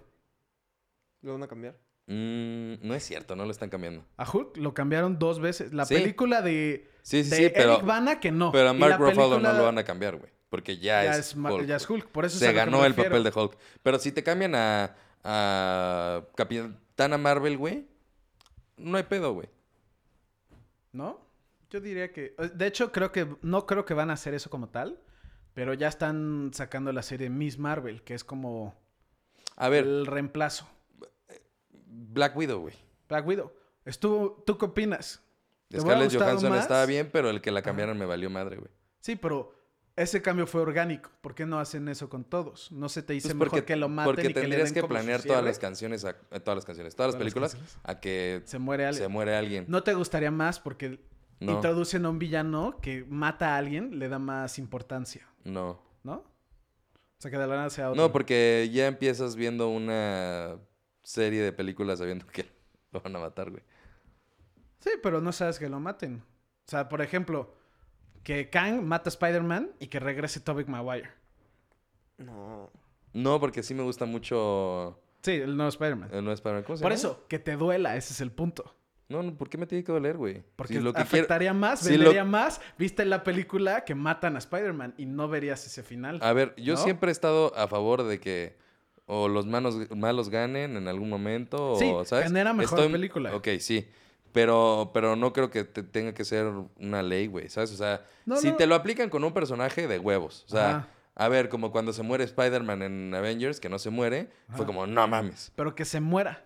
[SPEAKER 3] Lo van a cambiar.
[SPEAKER 1] Mm, no es cierto, no lo están cambiando.
[SPEAKER 2] A Hulk lo cambiaron dos veces. La
[SPEAKER 1] Sí.
[SPEAKER 2] película de,
[SPEAKER 1] Sí, sí,
[SPEAKER 2] de
[SPEAKER 1] sí, pero,
[SPEAKER 2] Eric Bana que no.
[SPEAKER 1] pero a
[SPEAKER 2] Y
[SPEAKER 1] Mark
[SPEAKER 2] la
[SPEAKER 1] Ruffalo
[SPEAKER 2] película
[SPEAKER 1] no lo van a cambiar, güey. Porque ya,
[SPEAKER 2] ya
[SPEAKER 1] es,
[SPEAKER 2] es, Ma-
[SPEAKER 1] Hulk.
[SPEAKER 2] ya es Hulk. Por eso es
[SPEAKER 1] Se
[SPEAKER 2] a lo que me
[SPEAKER 1] ganó el
[SPEAKER 2] refiero.
[SPEAKER 1] papel de Hulk. Pero si te cambian a, a Capitana Marvel, güey, no hay pedo, güey.
[SPEAKER 2] ¿no? Yo diría que. eh, De hecho, creo que. No creo que van a hacer eso como tal. Pero ya están sacando la serie Miss Marvel, que es como
[SPEAKER 1] A ver,
[SPEAKER 2] el reemplazo.
[SPEAKER 1] Black Widow, güey.
[SPEAKER 2] Black Widow. Estuvo, ¿Tú qué opinas? ¿Te hubiera
[SPEAKER 1] Scarlett
[SPEAKER 2] gustado
[SPEAKER 1] Johansson
[SPEAKER 2] más?
[SPEAKER 1] estaba bien, pero el que la cambiaron me valió madre, güey.
[SPEAKER 2] Sí, pero ese cambio fue orgánico. ¿Por qué no hacen eso con todos? No se te dice
[SPEAKER 1] Pues
[SPEAKER 2] mejor que lo maten
[SPEAKER 1] porque
[SPEAKER 2] y que le
[SPEAKER 1] tendrías
[SPEAKER 2] den
[SPEAKER 1] que,
[SPEAKER 2] como su
[SPEAKER 1] planear todas
[SPEAKER 2] cierre?
[SPEAKER 1] las canciones, a- eh, todas las canciones, todas las
[SPEAKER 2] Todas las
[SPEAKER 1] películas
[SPEAKER 2] canciones.
[SPEAKER 1] a que
[SPEAKER 2] Se muere alguien.
[SPEAKER 1] se muere alguien.
[SPEAKER 2] ¿No te gustaría más porque
[SPEAKER 1] No, no,
[SPEAKER 2] introducen a un villano que mata a alguien, le da más importancia,
[SPEAKER 1] no.
[SPEAKER 2] ¿no? O sea, que de la nada sea otro.
[SPEAKER 1] porque ya empiezas viendo una serie de películas sabiendo que lo van a matar, güey.
[SPEAKER 2] Sí, pero no sabes que lo maten. O sea, por ejemplo, que Kang mata a Spider-Man y que regrese Tobey Maguire.
[SPEAKER 3] No.
[SPEAKER 1] No, porque sí me gusta mucho
[SPEAKER 2] Sí, el nuevo Spider-Man.
[SPEAKER 1] el Eh, no Spider-Man. ¿Cómo se
[SPEAKER 2] Por
[SPEAKER 1] llama?
[SPEAKER 2] eso, que te duela, ese es el punto.
[SPEAKER 1] No, no, ¿por qué me tiene que doler, güey?
[SPEAKER 2] Porque
[SPEAKER 1] Si lo que quiero-
[SPEAKER 2] afectaría más,
[SPEAKER 1] si lo-
[SPEAKER 2] vendería más. Viste la película que matan a Spider-Man y no verías ese final.
[SPEAKER 1] A ver, yo
[SPEAKER 2] ¿No?
[SPEAKER 1] siempre he estado a favor de que o los manos, malos ganen en algún momento
[SPEAKER 2] Sí,
[SPEAKER 1] o, ¿sabes?
[SPEAKER 2] genera mejor película.
[SPEAKER 1] Ok, sí. Pero, pero no creo que te tenga que ser una ley, güey, ¿sabes? O sea,
[SPEAKER 2] No,
[SPEAKER 1] si
[SPEAKER 2] no.
[SPEAKER 1] te lo aplican con un personaje de huevos. O sea,
[SPEAKER 2] Ajá.
[SPEAKER 1] a ver, como cuando se muere Spider-Man en Avengers, que no se muere,
[SPEAKER 2] Ajá.
[SPEAKER 1] fue como, no mames.
[SPEAKER 2] Pero que se muera.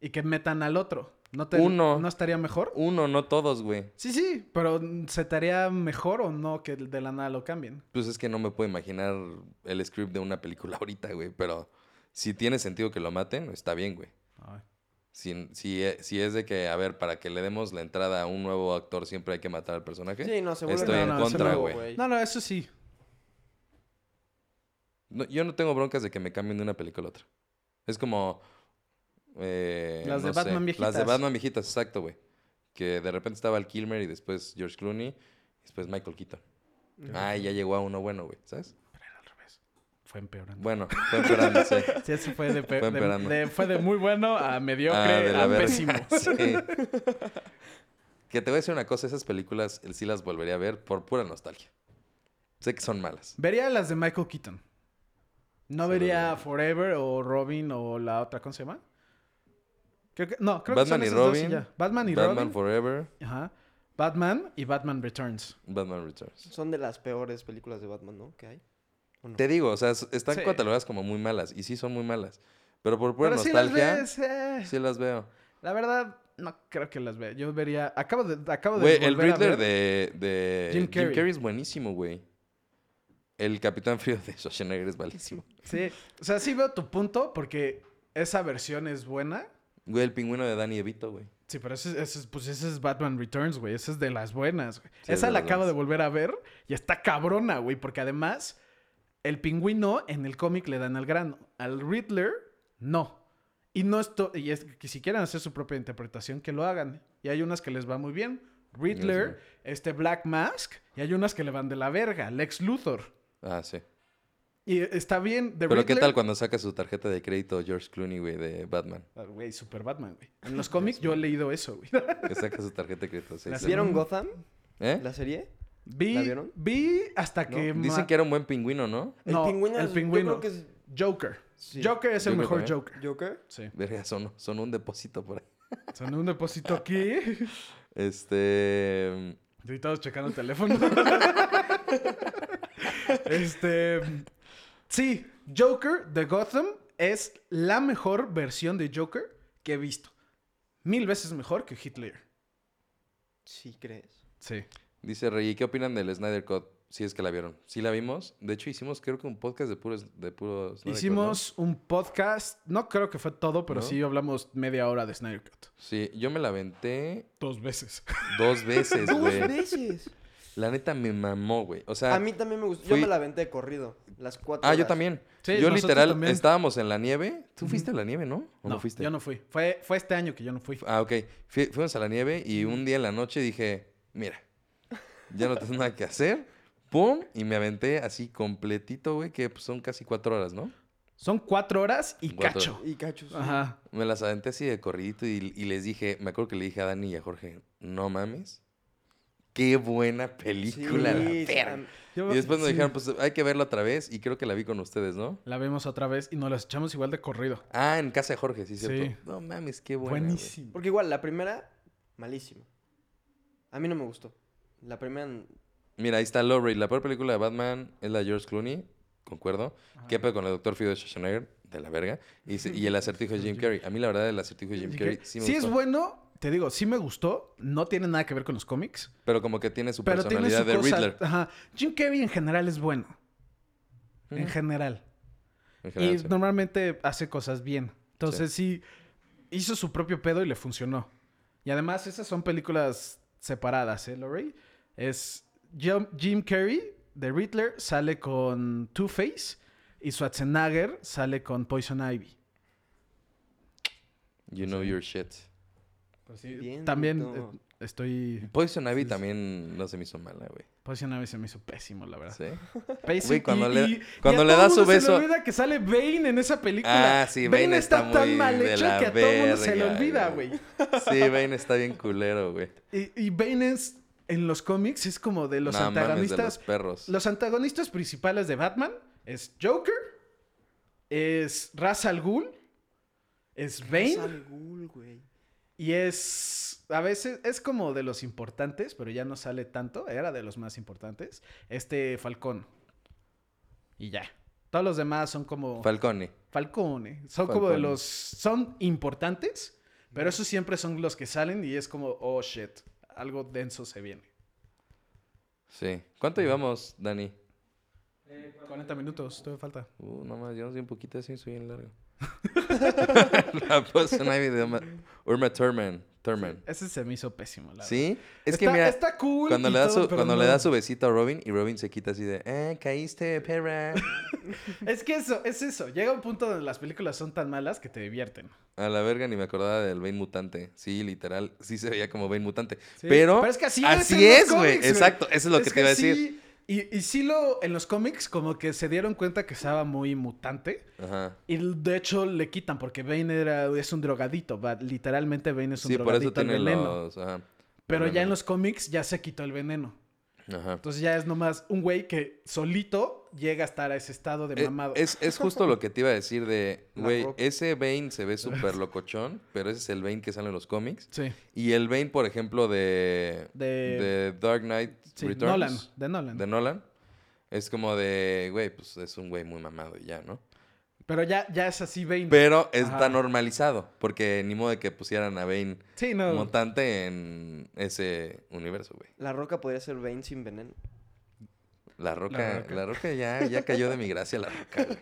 [SPEAKER 2] Y que metan al otro. ¿No, te,
[SPEAKER 1] Uno.
[SPEAKER 2] ¿no estaría mejor?
[SPEAKER 1] Uno, no todos, güey.
[SPEAKER 2] Sí, sí, pero mm, ¿se te haría mejor o no que de la nada lo cambien?
[SPEAKER 1] Pues es que no me puedo imaginar el script de una película ahorita, güey. Pero si tiene sentido que lo maten, está bien, güey. Si, si, e- si es de que, a ver, para que le demos la entrada a un nuevo actor siempre hay que matar al personaje.
[SPEAKER 3] Sí, no, se vuelve
[SPEAKER 1] Estoy
[SPEAKER 2] No,
[SPEAKER 1] en
[SPEAKER 2] no, eso
[SPEAKER 1] contra,
[SPEAKER 2] no,
[SPEAKER 1] güey.
[SPEAKER 3] güey.
[SPEAKER 2] No, no, eso sí.
[SPEAKER 1] No, yo no tengo broncas de que me cambien de una película a otra. Es como... eh,
[SPEAKER 2] Las de
[SPEAKER 1] no sé,
[SPEAKER 2] Batman
[SPEAKER 1] Las de
[SPEAKER 2] viejitas.
[SPEAKER 1] Batman viejitas, exacto, güey. Que de repente estaba el Kilmer y después George Clooney y después Michael Keaton. Ay, ya llegó a uno bueno, güey, ¿sabes?
[SPEAKER 2] Pero era al revés. Fue empeorando.
[SPEAKER 1] Bueno, fue empeorando, sí.
[SPEAKER 2] Sí, eso fue de, pe-
[SPEAKER 1] Fue
[SPEAKER 2] de-
[SPEAKER 1] empeorando.
[SPEAKER 2] de- fue de muy bueno a
[SPEAKER 1] Ah, de
[SPEAKER 2] mediocre
[SPEAKER 1] la
[SPEAKER 2] a
[SPEAKER 1] verga.
[SPEAKER 2] pésimo.
[SPEAKER 1] Sí. Que te voy a decir una cosa, esas películas sí las volvería a ver por pura nostalgia. Sé que son malas.
[SPEAKER 2] Vería las de Michael Keaton. No
[SPEAKER 1] Sí,
[SPEAKER 2] vería
[SPEAKER 1] la-
[SPEAKER 2] Forever o Robin o la otra, ¿cómo se llama? Creo que- no, creo
[SPEAKER 1] Batman y
[SPEAKER 2] que son esas dos
[SPEAKER 1] Robin,
[SPEAKER 2] ya. Batman y
[SPEAKER 1] Batman
[SPEAKER 2] Robin.
[SPEAKER 1] Forever,
[SPEAKER 2] Ajá. Batman y Batman Returns.
[SPEAKER 1] Batman Returns.
[SPEAKER 3] Son de las peores películas de Batman, ¿no? Que hay. ¿O no?
[SPEAKER 1] Te digo, o sea, s- están
[SPEAKER 2] Sí.
[SPEAKER 1] catalogadas como muy malas. Y sí son muy malas. Pero por pura
[SPEAKER 2] Pero sí las
[SPEAKER 1] nostalgia,
[SPEAKER 2] ves, eh.
[SPEAKER 1] sí las veo.
[SPEAKER 2] La verdad, no creo que las vea. Yo vería. Acabo de. Acabo de
[SPEAKER 1] Güey, el
[SPEAKER 2] volver a
[SPEAKER 1] Riddler
[SPEAKER 2] ver-
[SPEAKER 1] de, de
[SPEAKER 2] Jim Carrey.
[SPEAKER 1] es buenísimo, güey. El Capitán Frío de Schwarzenegger es malísimo.
[SPEAKER 2] Sí. O sea, sí veo tu punto porque esa versión es buena.
[SPEAKER 1] Güey, el pingüino de Danny Evito, güey.
[SPEAKER 2] Sí, pero ese, ese es- pues ese es Batman Returns, güey. Ese es de las buenas, güey.
[SPEAKER 1] Sí, es
[SPEAKER 2] Esa
[SPEAKER 1] de
[SPEAKER 2] la
[SPEAKER 1] las
[SPEAKER 2] acabo de
[SPEAKER 1] buenas.
[SPEAKER 2] volver a ver y está cabrona, güey. Porque además, el pingüino en el cómic le dan al grano. Al Riddler, no. Y no esto y es que si quieren hacer su propia interpretación, que lo hagan. Y hay unas que les va muy bien. Riddler, este Black Mask, y hay unas que le van de la verga. Lex Luthor.
[SPEAKER 1] Ah, sí.
[SPEAKER 2] Y está bien. The
[SPEAKER 1] Pero ¿qué
[SPEAKER 2] Riddler-
[SPEAKER 1] tal cuando saca su tarjeta de crédito George Clooney, güey, de Batman?
[SPEAKER 2] Ah, Güey, super Batman, güey. En los cómics yo he leído eso, güey.
[SPEAKER 1] Que saca su tarjeta de crédito. sí,
[SPEAKER 2] Las
[SPEAKER 1] sí.
[SPEAKER 3] ¿Vieron Gotham?
[SPEAKER 1] ¿Eh?
[SPEAKER 3] ¿La serie?
[SPEAKER 2] Vi,
[SPEAKER 3] ¿La vieron?
[SPEAKER 2] vi hasta
[SPEAKER 3] No,
[SPEAKER 2] que...
[SPEAKER 1] Dicen
[SPEAKER 2] ma-
[SPEAKER 1] que era un buen pingüino, ¿no?
[SPEAKER 2] No, el
[SPEAKER 3] es-
[SPEAKER 2] pingüino.
[SPEAKER 3] Yo creo que es
[SPEAKER 2] Joker.
[SPEAKER 3] Sí.
[SPEAKER 2] Joker es el
[SPEAKER 1] Joker
[SPEAKER 2] mejor
[SPEAKER 1] también.
[SPEAKER 2] Joker.
[SPEAKER 3] Joker.
[SPEAKER 2] Sí.
[SPEAKER 1] Verga, son, son un depósito por ahí.
[SPEAKER 2] Son un depósito aquí.
[SPEAKER 1] Este.
[SPEAKER 2] Y todos checando el teléfono. este. Sí, Joker de Gotham es la mejor versión de Joker que he visto. Mil veces mejor que Hitler.
[SPEAKER 3] Sí, crees.
[SPEAKER 2] Sí.
[SPEAKER 1] Dice Rey, ¿qué opinan del Snyder Cut? Si es que la vieron. Sí la vimos. De hecho, hicimos creo que un podcast de puros... De puro Snyder Cut, ¿no?
[SPEAKER 2] Hicimos un podcast. No creo que fue todo, pero
[SPEAKER 1] ¿No?
[SPEAKER 2] sí hablamos media hora de Snyder Cut.
[SPEAKER 1] Sí, yo me la aventé
[SPEAKER 2] Dos veces.
[SPEAKER 1] dos veces,
[SPEAKER 3] Dos
[SPEAKER 1] güey.
[SPEAKER 3] veces.
[SPEAKER 1] La neta me mamó, güey. O sea...
[SPEAKER 3] A mí también me gustó. Yo
[SPEAKER 1] Ah. fui-
[SPEAKER 3] me la aventé de corrido. Las cuatro.
[SPEAKER 1] Ah, yo
[SPEAKER 3] horas.
[SPEAKER 1] también.
[SPEAKER 2] Sí,
[SPEAKER 1] yo
[SPEAKER 2] nosotros
[SPEAKER 1] literal
[SPEAKER 2] también.
[SPEAKER 1] estábamos en la nieve. Tú
[SPEAKER 2] Ujú.
[SPEAKER 1] fuiste a la nieve, ¿no? ¿O
[SPEAKER 2] no,
[SPEAKER 1] no, fuiste?
[SPEAKER 2] yo no fui. Fue, fue este año que yo no fui.
[SPEAKER 1] Ah, ok. Fui- fuimos a la nieve y un día en la noche dije, mira, ya no tengo nada que hacer. ¡Pum! Y me aventé así completito, güey, que pues, son casi cuatro horas, ¿no?
[SPEAKER 2] Son cuatro horas y
[SPEAKER 1] Cuatro
[SPEAKER 2] cacho.
[SPEAKER 3] Y cachos.
[SPEAKER 2] Ajá.
[SPEAKER 1] Me las aventé así de corridito y, y les dije, me acuerdo que le dije a Dani y a Jorge, no mames, qué buena película. la verga". Y después nos
[SPEAKER 2] Sí.
[SPEAKER 1] dijeron, pues hay que verla otra vez y creo que la vi con ustedes, ¿no?
[SPEAKER 2] La vemos otra vez y nos las echamos igual de corrido.
[SPEAKER 1] Ah, en casa de Jorge, sí, cierto.
[SPEAKER 2] Sí.
[SPEAKER 1] No mames, qué buena. güey.
[SPEAKER 2] Buenísimo.
[SPEAKER 3] Porque igual, la primera, malísima. A mí no me gustó. La primera. n-
[SPEAKER 1] Mira, ahí está Lowry. La peor película de Batman es la de George Clooney, concuerdo. ¿Qué pedo con el Dr. Fido Schwarzenegger? De la verga. Y, se- y el acertijo de Jim Carrey. A mí, la verdad, el acertijo de Jim
[SPEAKER 2] Así
[SPEAKER 1] Carrey
[SPEAKER 2] que
[SPEAKER 1] sí me
[SPEAKER 2] sí es
[SPEAKER 1] gustó.
[SPEAKER 2] bueno, te digo, sí me gustó. No tiene nada que ver con los cómics.
[SPEAKER 1] Pero como que tiene su
[SPEAKER 2] Pero tiene
[SPEAKER 1] personalidad
[SPEAKER 2] su
[SPEAKER 1] de
[SPEAKER 2] cosa.
[SPEAKER 1] Riddler.
[SPEAKER 2] Ajá. Jim Carrey en general es bueno. En
[SPEAKER 1] Ujú.
[SPEAKER 2] general.
[SPEAKER 1] en general,
[SPEAKER 2] Y
[SPEAKER 1] sí.
[SPEAKER 2] normalmente hace cosas bien. Entonces sí. hizo su propio pedo y le funcionó. Y además esas son películas separadas, ¿eh, Lori? Es Jim, Jim Carrey de Riddler sale con Two-Face y Schwarzenegger sale con Poison Ivy.
[SPEAKER 1] You know your shit.
[SPEAKER 2] Pues sí,
[SPEAKER 3] Bien,
[SPEAKER 2] también
[SPEAKER 3] Beto.
[SPEAKER 2] eh, estoy... pues
[SPEAKER 1] Poison Ivy
[SPEAKER 2] Sí, sí.
[SPEAKER 1] también no se me hizo mala, güey.
[SPEAKER 2] Poison Ivy se me hizo pésimo, la verdad.
[SPEAKER 1] ¿Sí?
[SPEAKER 2] Pésimo.
[SPEAKER 1] Güey, cuando
[SPEAKER 2] y-
[SPEAKER 1] le-
[SPEAKER 2] y- y a
[SPEAKER 1] cuando le
[SPEAKER 2] todo
[SPEAKER 1] da su
[SPEAKER 2] mundo
[SPEAKER 1] beso-
[SPEAKER 2] Se le olvida que sale Bane en esa película.
[SPEAKER 1] Ah, sí, Bane
[SPEAKER 2] está,
[SPEAKER 1] está
[SPEAKER 2] tan
[SPEAKER 1] muy
[SPEAKER 2] mal
[SPEAKER 1] de
[SPEAKER 2] hecho
[SPEAKER 1] la
[SPEAKER 2] que a todo mundo se le
[SPEAKER 1] verga,
[SPEAKER 2] olvida,
[SPEAKER 1] güey.
[SPEAKER 2] güey.
[SPEAKER 1] Sí, Bane está bien culero, güey.
[SPEAKER 2] Y, y Bane es, en los cómics, es como de los
[SPEAKER 1] No mames, de los
[SPEAKER 2] antagonistas.
[SPEAKER 1] perros.
[SPEAKER 2] los antagonistas principales de Batman es Joker, es Ra's al Ghul, es Bane
[SPEAKER 3] Es Al Ghul, güey.
[SPEAKER 2] y es... A veces es como de los importantes, pero ya no sale tanto. Era de los más importantes. Este Falcón. Y ya. Todos los demás son como...
[SPEAKER 1] Falcone.
[SPEAKER 2] Falcone. Son como de
[SPEAKER 1] Falcone.
[SPEAKER 2] los... Son importantes, pero esos siempre son los que salen y es como, oh, shit. Algo denso se viene.
[SPEAKER 1] Sí. ¿Cuánto llevamos, Dani?
[SPEAKER 2] 40 minutos, todavía falta.
[SPEAKER 1] Uh, nomás, llevamos bien poquito, así soy bien largo. la Poison Ivy de Uma, Urma Thurman. Thurman.
[SPEAKER 2] Ese se me hizo pésimo, la verdad.
[SPEAKER 1] ¿Sí? Es que
[SPEAKER 2] Está-
[SPEAKER 1] mira,
[SPEAKER 2] está cool.
[SPEAKER 1] cuando,
[SPEAKER 2] y
[SPEAKER 1] le da,
[SPEAKER 2] todo,
[SPEAKER 1] su,
[SPEAKER 2] pero
[SPEAKER 1] cuando
[SPEAKER 2] no.
[SPEAKER 1] le da su besito a Robin y Robin se quita así de, eh, caíste, perra.
[SPEAKER 2] Es que eso, es eso. Llega un punto donde las películas son tan malas que te divierten.
[SPEAKER 1] a la verga, ni me acordaba del Bane mutante. Sí, literal, sí se veía como Bane mutante.
[SPEAKER 2] Sí,
[SPEAKER 1] Pero,
[SPEAKER 2] pero es que así es en los
[SPEAKER 1] es, güey.
[SPEAKER 2] cómics, güey.
[SPEAKER 1] Exacto, eso es lo que te iba a decir.
[SPEAKER 2] sí, y, y sí lo, en los cómics como que se dieron cuenta que estaba muy mutante.
[SPEAKER 1] Ajá.
[SPEAKER 2] Y de hecho le quitan porque Bane era, es un drogadito. va, Literalmente Bane es un
[SPEAKER 1] Sí, por eso
[SPEAKER 2] drogadito al
[SPEAKER 1] tiene
[SPEAKER 2] veneno.
[SPEAKER 1] los... Ajá.
[SPEAKER 2] Pero ya en
[SPEAKER 1] veneno.
[SPEAKER 2] los cómics ya se quitó el veneno.
[SPEAKER 1] Ajá.
[SPEAKER 2] Entonces ya es nomás un güey que solito llega a estar a ese estado de
[SPEAKER 1] Eh,
[SPEAKER 2] mamado.
[SPEAKER 1] Es, es justo lo que te iba a decir de,
[SPEAKER 3] La
[SPEAKER 1] güey,
[SPEAKER 3] Roca.
[SPEAKER 1] ese Bane se ve súper locochón, pero ese es el Bane que sale en los cómics.
[SPEAKER 2] Sí.
[SPEAKER 1] Y el Bane, por ejemplo, de,
[SPEAKER 2] De-
[SPEAKER 1] de... Dark Knight
[SPEAKER 2] Sí,
[SPEAKER 1] Returns.
[SPEAKER 2] Nolan, de Nolan.
[SPEAKER 1] De Nolan. Es como de, güey, pues es un güey muy mamado y ya, ¿no?
[SPEAKER 2] Pero ya, ya es así Bane.
[SPEAKER 1] Pero está
[SPEAKER 2] Ajá.
[SPEAKER 1] normalizado, porque ni modo de que pusieran a Bane
[SPEAKER 2] sí, no.
[SPEAKER 1] mutante en ese universo, güey.
[SPEAKER 3] La roca podría ser Bane sin veneno.
[SPEAKER 1] La roca,
[SPEAKER 2] La
[SPEAKER 1] la
[SPEAKER 2] Roca.
[SPEAKER 1] roca, ya, ya cayó de mi gracia, la roca. güey.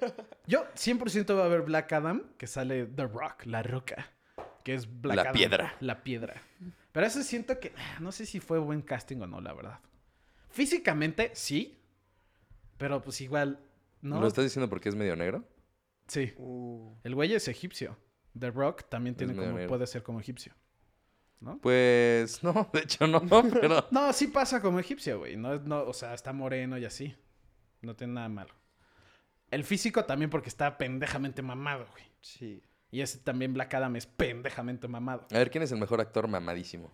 [SPEAKER 2] Yo 100% va a ver Black Adam, que sale The Rock, la roca. Que es Black
[SPEAKER 1] La
[SPEAKER 2] Adam,
[SPEAKER 1] piedra.
[SPEAKER 2] La piedra. Pero eso siento que. ah, No sé si fue buen casting o no, la verdad. Físicamente, sí. Pero pues igual. No.
[SPEAKER 1] ¿Lo estás diciendo porque es medio negro?
[SPEAKER 2] Sí.
[SPEAKER 3] Uh,
[SPEAKER 2] El güey es egipcio. The Rock también
[SPEAKER 1] Es
[SPEAKER 2] tiene
[SPEAKER 1] medio
[SPEAKER 2] como.
[SPEAKER 1] negro.
[SPEAKER 2] Puede ser como egipcio.
[SPEAKER 1] Pues no, de hecho no, pero
[SPEAKER 2] No, sí pasa como egipcio, güey. No, no, o sea, está moreno y así. No tiene nada malo. El físico también porque está pendejamente mamado, güey.
[SPEAKER 3] sí.
[SPEAKER 2] Y ese también Black Adam es pendejamente mamado.
[SPEAKER 1] A ver, ¿quién es el mejor actor mamadísimo?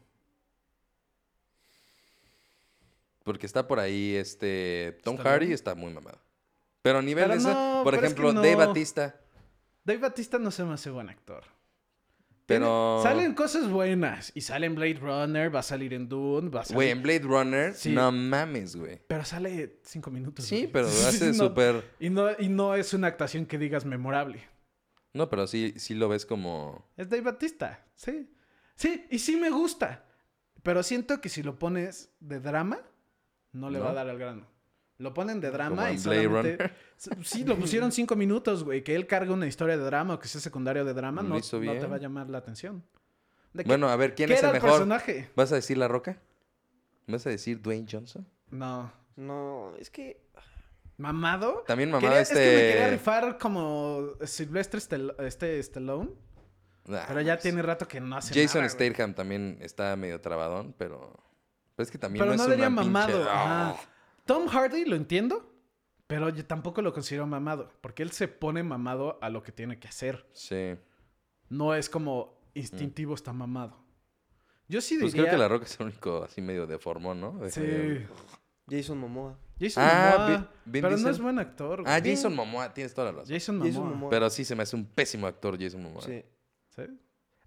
[SPEAKER 1] Porque está por ahí este. Tom
[SPEAKER 2] ¿Está
[SPEAKER 1] Hardy
[SPEAKER 2] bien?
[SPEAKER 1] está muy mamado. Pero a nivel
[SPEAKER 2] Pero
[SPEAKER 1] de eso,
[SPEAKER 2] no,
[SPEAKER 1] por
[SPEAKER 2] pero es que
[SPEAKER 1] ejemplo, Dave
[SPEAKER 2] no.
[SPEAKER 1] Batista.
[SPEAKER 2] Dave Batista no se me hace buen actor. Tiene-
[SPEAKER 1] Pero.
[SPEAKER 2] Salen cosas buenas. Y sale en Blade Runner, va a salir en Dune, va a salir...
[SPEAKER 1] Güey, em- en Blade Runner,
[SPEAKER 2] Sí.
[SPEAKER 1] no mames, güey.
[SPEAKER 2] Pero sale cinco minutos.
[SPEAKER 1] Sí,
[SPEAKER 2] güey.
[SPEAKER 1] pero hace
[SPEAKER 2] no-
[SPEAKER 1] súper.
[SPEAKER 2] Y no, y no es una actuación que digas memorable.
[SPEAKER 1] No, pero sí, sí lo ves como.
[SPEAKER 2] Es Dave Batista, sí. Sí, y sí me gusta. Pero siento que si lo pones de drama, no le va a
[SPEAKER 1] ¿No?
[SPEAKER 2] dar al grano. Lo ponen de
[SPEAKER 1] Como
[SPEAKER 2] drama y
[SPEAKER 1] en Blade
[SPEAKER 2] solamente... Sí, lo pusieron cinco minutos, güey. Que él cargue una historia de drama o que sea secundario de drama,
[SPEAKER 1] Lo
[SPEAKER 2] no,
[SPEAKER 1] hizo
[SPEAKER 2] no te
[SPEAKER 1] bien.
[SPEAKER 2] va a llamar la atención. ¿De qué-
[SPEAKER 1] Bueno, a ver, ¿quién
[SPEAKER 2] qué
[SPEAKER 1] es
[SPEAKER 2] era
[SPEAKER 1] el
[SPEAKER 2] el
[SPEAKER 1] mejor?
[SPEAKER 2] personaje?
[SPEAKER 1] ¿Vas a decir La Roca? ¿Vas a decir Dwayne Johnson?
[SPEAKER 2] No.
[SPEAKER 3] No, es que.
[SPEAKER 2] ¿Mamado?
[SPEAKER 1] También mamado
[SPEAKER 2] Quería-
[SPEAKER 1] este.
[SPEAKER 2] Es que me quería rifar como Silvestre Stel- este Stallone,
[SPEAKER 1] Ah,
[SPEAKER 2] pero ya
[SPEAKER 1] mames.
[SPEAKER 2] tiene rato que no hace
[SPEAKER 1] Jason
[SPEAKER 2] nada, güey.
[SPEAKER 1] Statham también está medio trabadón, pero. Pero es que también no,
[SPEAKER 2] Pero no
[SPEAKER 1] es
[SPEAKER 2] diría
[SPEAKER 1] una pinche-
[SPEAKER 2] mamado.
[SPEAKER 1] ¡Ah!
[SPEAKER 2] ajá. Tom Hardy lo entiendo, pero yo tampoco lo considero mamado, porque él se pone mamado a lo que tiene que hacer.
[SPEAKER 1] Sí.
[SPEAKER 2] No es como instintivo está mamado. Yo sí diría...
[SPEAKER 1] Pues creo que La Roca es el único así medio deformón, ¿no? De-
[SPEAKER 2] Sí.
[SPEAKER 3] Jason Momoa.
[SPEAKER 2] Jason
[SPEAKER 1] Ah,
[SPEAKER 2] Momoa,
[SPEAKER 1] Vin- Vin
[SPEAKER 2] pero no
[SPEAKER 1] Diesel.
[SPEAKER 2] es buen actor.
[SPEAKER 1] Ah,
[SPEAKER 2] güey.
[SPEAKER 1] Jason Momoa, tienes toda la razón.
[SPEAKER 2] Jason Momoa.
[SPEAKER 3] Jason Momoa.
[SPEAKER 1] Pero sí se me hace un pésimo actor Jason Momoa.
[SPEAKER 3] Sí.
[SPEAKER 2] ¿Sí?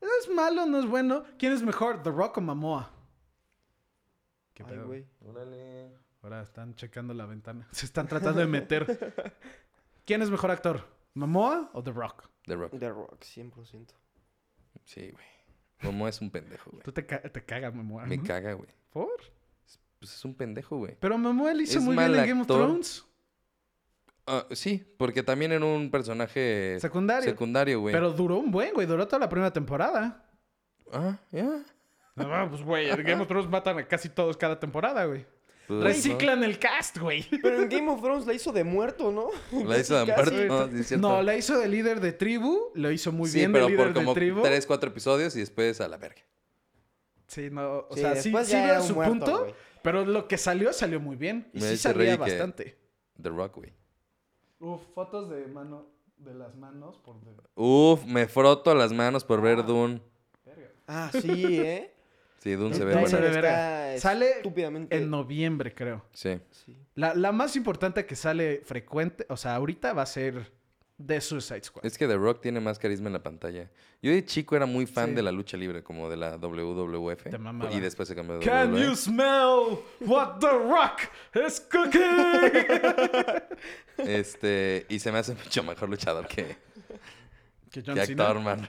[SPEAKER 2] No es malo, no es bueno. ¿Quién es mejor, The Rock o Momoa? ¿Qué
[SPEAKER 3] Ay,
[SPEAKER 2] pedo?
[SPEAKER 3] güey.
[SPEAKER 1] Órale.
[SPEAKER 2] Ahora están checando la ventana. Se están tratando de meter. ¿Quién es mejor actor? ¿Mamoa o The Rock?
[SPEAKER 1] The Rock.
[SPEAKER 3] The Rock, 100%.
[SPEAKER 1] Sí, güey. Momoa es un pendejo, güey.
[SPEAKER 2] Tú te, ca- te cagas, Mamoa.
[SPEAKER 1] Me
[SPEAKER 2] ¿no?
[SPEAKER 1] caga, güey.
[SPEAKER 2] ¿Por?
[SPEAKER 1] Pues es un pendejo, güey.
[SPEAKER 2] Pero Mamoa le hizo
[SPEAKER 1] Es
[SPEAKER 2] muy bien en
[SPEAKER 1] mal
[SPEAKER 2] Game of
[SPEAKER 1] actor.
[SPEAKER 2] Thrones.
[SPEAKER 1] Ah, sí, porque también era un personaje
[SPEAKER 2] Secundario.
[SPEAKER 1] secundario, güey.
[SPEAKER 2] Pero duró un buen, güey. Duró toda la primera temporada.
[SPEAKER 1] Ah, ya.
[SPEAKER 2] No, pues, güey, en Game of Thrones matan a casi todos cada temporada, güey.
[SPEAKER 1] Pues,
[SPEAKER 2] Reciclan el cast, güey.
[SPEAKER 3] Pero en Game of Thrones la hizo de muerto, ¿no?
[SPEAKER 1] ¿no? La hizo de
[SPEAKER 3] Casi,
[SPEAKER 1] muerte.
[SPEAKER 3] casi.
[SPEAKER 1] No, sí, es cierto.
[SPEAKER 2] No, la hizo de líder de tribu. Lo hizo muy
[SPEAKER 1] sí,
[SPEAKER 2] bien de
[SPEAKER 1] pero
[SPEAKER 2] líder
[SPEAKER 1] por como
[SPEAKER 2] de tribu.
[SPEAKER 1] tres, cuatro episodios y después a la verga.
[SPEAKER 2] Sí, no, o
[SPEAKER 3] Sí,
[SPEAKER 2] sea, sí,
[SPEAKER 3] después
[SPEAKER 2] sí
[SPEAKER 3] ya
[SPEAKER 2] veo
[SPEAKER 3] era un
[SPEAKER 2] su
[SPEAKER 3] muerto,
[SPEAKER 2] punto,
[SPEAKER 3] güey.
[SPEAKER 2] pero lo que salió, salió muy bien. Y
[SPEAKER 1] Me
[SPEAKER 2] sí
[SPEAKER 1] dice
[SPEAKER 2] salía
[SPEAKER 1] Rey que-
[SPEAKER 2] bastante.
[SPEAKER 1] The Rock, güey.
[SPEAKER 2] Uf, fotos de mano, de las manos por de...
[SPEAKER 1] Uf, me froto las manos por ver Dune.
[SPEAKER 2] Verga.
[SPEAKER 3] Ah, sí, ¿eh?
[SPEAKER 1] Sí, Dune se ve
[SPEAKER 2] Dune
[SPEAKER 1] bueno.
[SPEAKER 2] se ve verga.
[SPEAKER 3] Está
[SPEAKER 2] Sale
[SPEAKER 3] estúpidamente.
[SPEAKER 2] En noviembre, creo.
[SPEAKER 1] Sí.
[SPEAKER 3] Sí.
[SPEAKER 2] La, la más importante que sale frecuente, o sea, ahorita va a ser The Suicide Squad.
[SPEAKER 1] Es que The Rock tiene más carisma en la pantalla. Yo de chico era muy fan
[SPEAKER 2] Sí.
[SPEAKER 1] de la lucha libre, como de la WWF.
[SPEAKER 2] Te mamaba.
[SPEAKER 1] Y después se cambió de
[SPEAKER 2] Can
[SPEAKER 1] WWE.
[SPEAKER 2] you smell what the rock is cooking?
[SPEAKER 1] Este, y se me hace mucho mejor luchador que,
[SPEAKER 2] que
[SPEAKER 1] que actor, mano.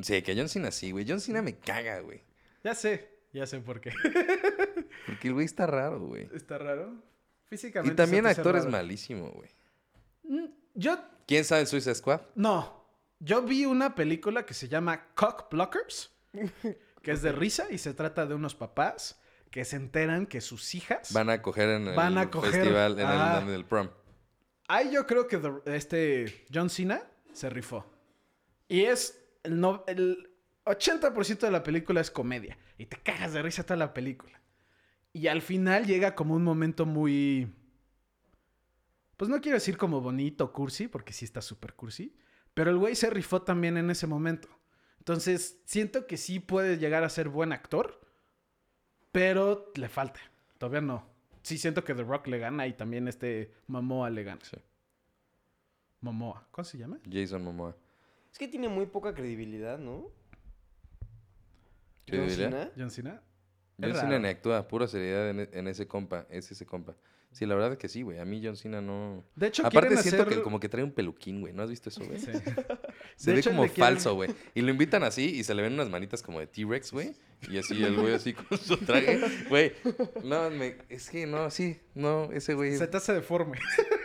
[SPEAKER 1] Sí, que John Cena sí, güey. John Cena me caga, güey.
[SPEAKER 2] Ya sé, ya sé por qué.
[SPEAKER 1] Porque el güey está raro, güey.
[SPEAKER 2] Está raro.
[SPEAKER 1] Y
[SPEAKER 2] Físicamente.
[SPEAKER 1] también
[SPEAKER 2] se te hace
[SPEAKER 1] actor es
[SPEAKER 2] raro.
[SPEAKER 1] malísimo, güey.
[SPEAKER 2] Mm, Yo,
[SPEAKER 1] ¿Quién sabe en Suicide Squad?
[SPEAKER 2] no. Yo vi una película que se llama Cock Blockers, que es de risa y se trata de unos papás que se enteran que sus hijas.
[SPEAKER 1] Van a coger en el
[SPEAKER 2] Van a coger.
[SPEAKER 1] festival, en,
[SPEAKER 2] Ah.
[SPEAKER 1] el, en el prom.
[SPEAKER 2] Ahí yo creo que The- este John Cena se rifó. Y es. El, no- el 80% de la película es comedia. Y te cagas de risa toda la película. Y al final llega como un momento muy. Pues no quiero decir como bonito, cursi, porque sí está súper cursi. Pero el güey se rifó también en ese momento. Entonces, siento que sí puede llegar a ser buen actor. Pero le falta. Todavía no. Sí siento que The Rock le gana y también este Momoa le gana.
[SPEAKER 1] Sí.
[SPEAKER 2] Momoa. ¿Cómo se llama?
[SPEAKER 1] Jason Momoa.
[SPEAKER 3] Es que tiene muy poca credibilidad, ¿no?
[SPEAKER 1] ¿Qué
[SPEAKER 3] John
[SPEAKER 1] diría?
[SPEAKER 3] Cena.
[SPEAKER 2] John Cena. Es
[SPEAKER 1] John Cena
[SPEAKER 2] raro.
[SPEAKER 1] ni actúa, pura seriedad en, e- en ese compa, es ese compa. Sí, la verdad es que sí, güey. A mí John Cena no.
[SPEAKER 2] De hecho,
[SPEAKER 1] Aparte
[SPEAKER 2] quieren
[SPEAKER 1] siento
[SPEAKER 2] hacer...
[SPEAKER 1] que como que trae un peluquín, güey. ¿No has visto eso, güey?
[SPEAKER 2] Sí.
[SPEAKER 1] Se
[SPEAKER 2] De
[SPEAKER 1] ve
[SPEAKER 2] hecho, le
[SPEAKER 1] como
[SPEAKER 2] quieren-
[SPEAKER 1] falso, güey. Y lo invitan así y se le ven unas manitas como de T-Rex, güey. Y así el güey así con su traje. Güey, no, me- es que no, sí, no, ese güey
[SPEAKER 2] Se te hace deforme.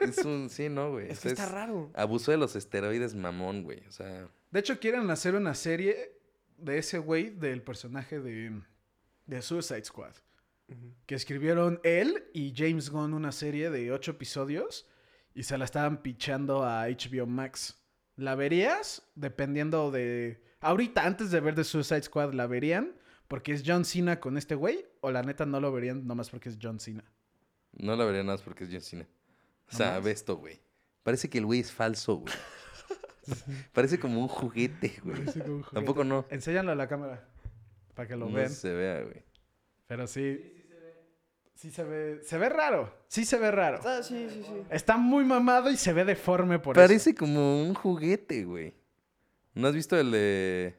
[SPEAKER 1] es un, sí, no, güey.
[SPEAKER 3] Es
[SPEAKER 1] o
[SPEAKER 3] que
[SPEAKER 1] sea,
[SPEAKER 3] está raro.
[SPEAKER 1] Abuso de los esteroides mamón, güey. O sea,
[SPEAKER 2] De hecho, quieren hacer una serie de ese güey del personaje de, de Suicide Squad.
[SPEAKER 3] Ujú.
[SPEAKER 2] Que escribieron él y James Gunn una serie de ocho episodios y se la estaban pichando a HBO Max. ¿La verías? Dependiendo de... Ahorita, antes de ver The Suicide Squad, ¿la verían? Porque es John Cena con este güey. O la neta no lo verían nomás porque es John Cena.
[SPEAKER 1] no la vería nada más porque es John Cena. O sea,
[SPEAKER 2] ¿Nomás?
[SPEAKER 1] ve esto, güey. Parece que el güey es falso, güey. Parece como un juguete, güey. Tampoco no.
[SPEAKER 2] Enséñalo a la cámara para que lo
[SPEAKER 1] no
[SPEAKER 2] vean.
[SPEAKER 1] se vea, güey.
[SPEAKER 2] Pero sí... Sí se ve... Se ve raro. Sí se ve raro.
[SPEAKER 3] Está, Ah, sí, sí, sí.
[SPEAKER 2] Está muy mamado y se ve deforme por eso.
[SPEAKER 1] Parece como un juguete, güey. ¿No has visto el de.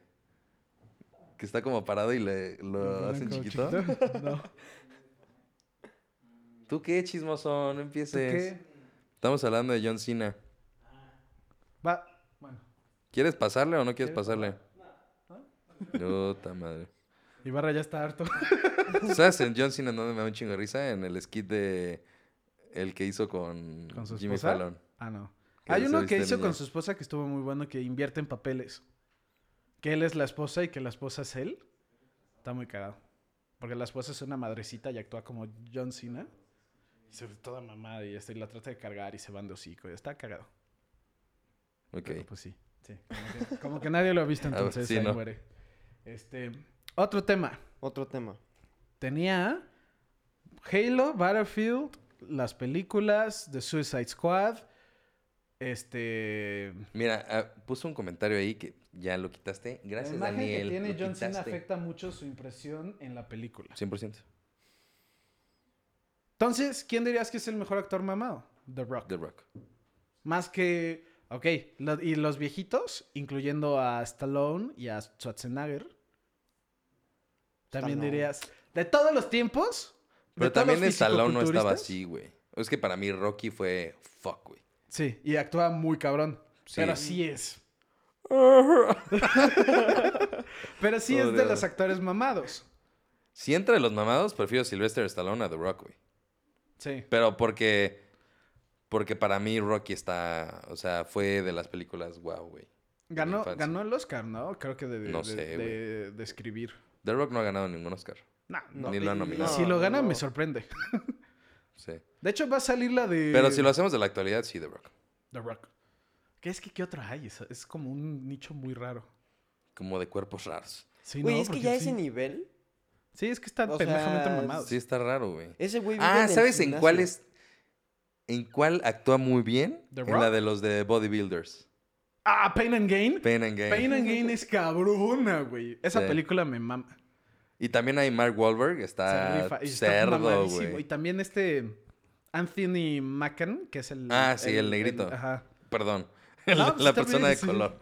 [SPEAKER 1] que está como parado y le, lo
[SPEAKER 2] ponen
[SPEAKER 1] hacen
[SPEAKER 2] como
[SPEAKER 1] chiquito?
[SPEAKER 2] chiquito. No.
[SPEAKER 1] ¿Tú qué chismoso? No empieces.
[SPEAKER 2] ¿Qué?
[SPEAKER 1] Estamos hablando de John Cena.
[SPEAKER 2] Va. Bueno.
[SPEAKER 1] ¿Quieres pasarle o no quieres
[SPEAKER 2] ¿Quieres
[SPEAKER 1] pasarle? No. Puta madre.
[SPEAKER 2] Ibarra ya está harto.
[SPEAKER 1] ¿Sabes en John Cena donde me da un chingo de risa? En el skit de. el que hizo con,
[SPEAKER 2] ¿Con su
[SPEAKER 1] Jimmy
[SPEAKER 2] esposa?
[SPEAKER 1] Fallon.
[SPEAKER 2] Ah, no.
[SPEAKER 1] Que
[SPEAKER 2] Hay
[SPEAKER 1] se
[SPEAKER 2] uno
[SPEAKER 1] viste
[SPEAKER 2] que
[SPEAKER 1] de
[SPEAKER 2] hizo
[SPEAKER 1] niña.
[SPEAKER 2] con su esposa que estuvo muy bueno, que invierte en papeles. Que él es la esposa y que la esposa es él. Está muy cagado. Porque la esposa es una madrecita y actúa como John Cena. Y se ve toda mamada y, este, y la trata de cargar y se van de hocico. y está cagado.
[SPEAKER 1] Ok.
[SPEAKER 2] Pero, pues sí. sí. Como, que, como que nadie lo ha visto,
[SPEAKER 1] A ver,
[SPEAKER 2] entonces
[SPEAKER 1] sí,
[SPEAKER 2] ahí
[SPEAKER 1] ¿no?
[SPEAKER 2] muere. Este, otro tema.
[SPEAKER 3] Otro tema.
[SPEAKER 2] tenía Halo, Battlefield, las películas, The Suicide Squad, este...
[SPEAKER 1] Mira, ah, puso un comentario ahí que ya lo quitaste. Gracias,
[SPEAKER 2] la imagen
[SPEAKER 1] Daniel.
[SPEAKER 2] que
[SPEAKER 1] lo
[SPEAKER 2] tiene John Cena
[SPEAKER 1] quitaste.
[SPEAKER 2] afecta mucho su impresión en la película.
[SPEAKER 1] 100%.
[SPEAKER 2] Entonces, ¿quién dirías que es el mejor actor mamado? The Rock.
[SPEAKER 1] The Rock.
[SPEAKER 2] Más que... Ok, lo- y los viejitos, incluyendo a Stallone y a Schwarzenegger. También
[SPEAKER 3] Stallone.
[SPEAKER 2] dirías... De todos los tiempos,
[SPEAKER 1] Pero
[SPEAKER 2] todos
[SPEAKER 1] también
[SPEAKER 2] los
[SPEAKER 1] el salón no estaba
[SPEAKER 2] fisicoculturistas-
[SPEAKER 1] así, güey. Es que para mí Rocky fue fuck, güey.
[SPEAKER 2] Sí, y actúa muy cabrón.
[SPEAKER 1] Sí.
[SPEAKER 2] Pero así es. Pero sí es de
[SPEAKER 1] Joder.
[SPEAKER 2] los actores mamados.
[SPEAKER 1] Si entra de los mamados, prefiero Sylvester Stallone a The Rock, güey.
[SPEAKER 2] Sí.
[SPEAKER 1] Pero porque. Porque para mí Rocky está. O sea, fue de las películas wow, güey.
[SPEAKER 2] Ganó,
[SPEAKER 1] infancia.
[SPEAKER 2] ganó el Oscar, ¿no? Creo que de, de-
[SPEAKER 1] No
[SPEAKER 2] de-
[SPEAKER 1] sé, güey.
[SPEAKER 2] de- de escribir.
[SPEAKER 1] The Rock no ha ganado ningún Oscar.
[SPEAKER 2] No,
[SPEAKER 3] No,
[SPEAKER 1] Ni lo han
[SPEAKER 3] y-
[SPEAKER 1] nominado.
[SPEAKER 2] si lo gana,
[SPEAKER 3] no.
[SPEAKER 2] me sorprende.
[SPEAKER 1] Sí.
[SPEAKER 2] De hecho, va a salir la de.
[SPEAKER 1] Pero si lo hacemos de la actualidad, sí, The Rock.
[SPEAKER 2] The Rock. ¿Qué es que qué otra hay? Es, es como un nicho muy raro.
[SPEAKER 1] Como de cuerpos raros.
[SPEAKER 2] Sí,
[SPEAKER 3] Güey,
[SPEAKER 2] ¿no?
[SPEAKER 3] es que
[SPEAKER 2] Porque
[SPEAKER 3] ya
[SPEAKER 2] sí.
[SPEAKER 3] ese nivel.
[SPEAKER 2] Sí, es que están
[SPEAKER 3] O
[SPEAKER 2] pendejamente
[SPEAKER 3] sea,
[SPEAKER 2] mamados.
[SPEAKER 1] Sí, está raro, güey.
[SPEAKER 3] Ese güey vive
[SPEAKER 1] Ah,
[SPEAKER 3] el
[SPEAKER 1] ¿sabes en
[SPEAKER 3] gimnasio.
[SPEAKER 1] cuál es? ¿En cuál actúa muy bien?
[SPEAKER 2] The
[SPEAKER 1] En la
[SPEAKER 2] Rock?
[SPEAKER 1] de los de Bodybuilders.
[SPEAKER 2] Ah, Pain and Gain.
[SPEAKER 1] Pain and Gain.
[SPEAKER 2] Pain and Gain es cabrona, güey. Esa
[SPEAKER 1] Sí.
[SPEAKER 2] película me mama.
[SPEAKER 1] Y también hay Mark Wahlberg,
[SPEAKER 2] Se
[SPEAKER 1] está
[SPEAKER 2] rifa. Y está
[SPEAKER 1] Ah, cerdo,
[SPEAKER 2] mamadísimo. Y
[SPEAKER 1] güey.
[SPEAKER 2] también este Anthony Macken, que es el.
[SPEAKER 1] Ah, sí, el negrito.
[SPEAKER 2] ajá.
[SPEAKER 1] Perdón.
[SPEAKER 2] No,
[SPEAKER 1] la
[SPEAKER 2] pues
[SPEAKER 1] la
[SPEAKER 2] está
[SPEAKER 1] persona
[SPEAKER 2] bien,
[SPEAKER 1] de
[SPEAKER 2] sí.
[SPEAKER 1] color.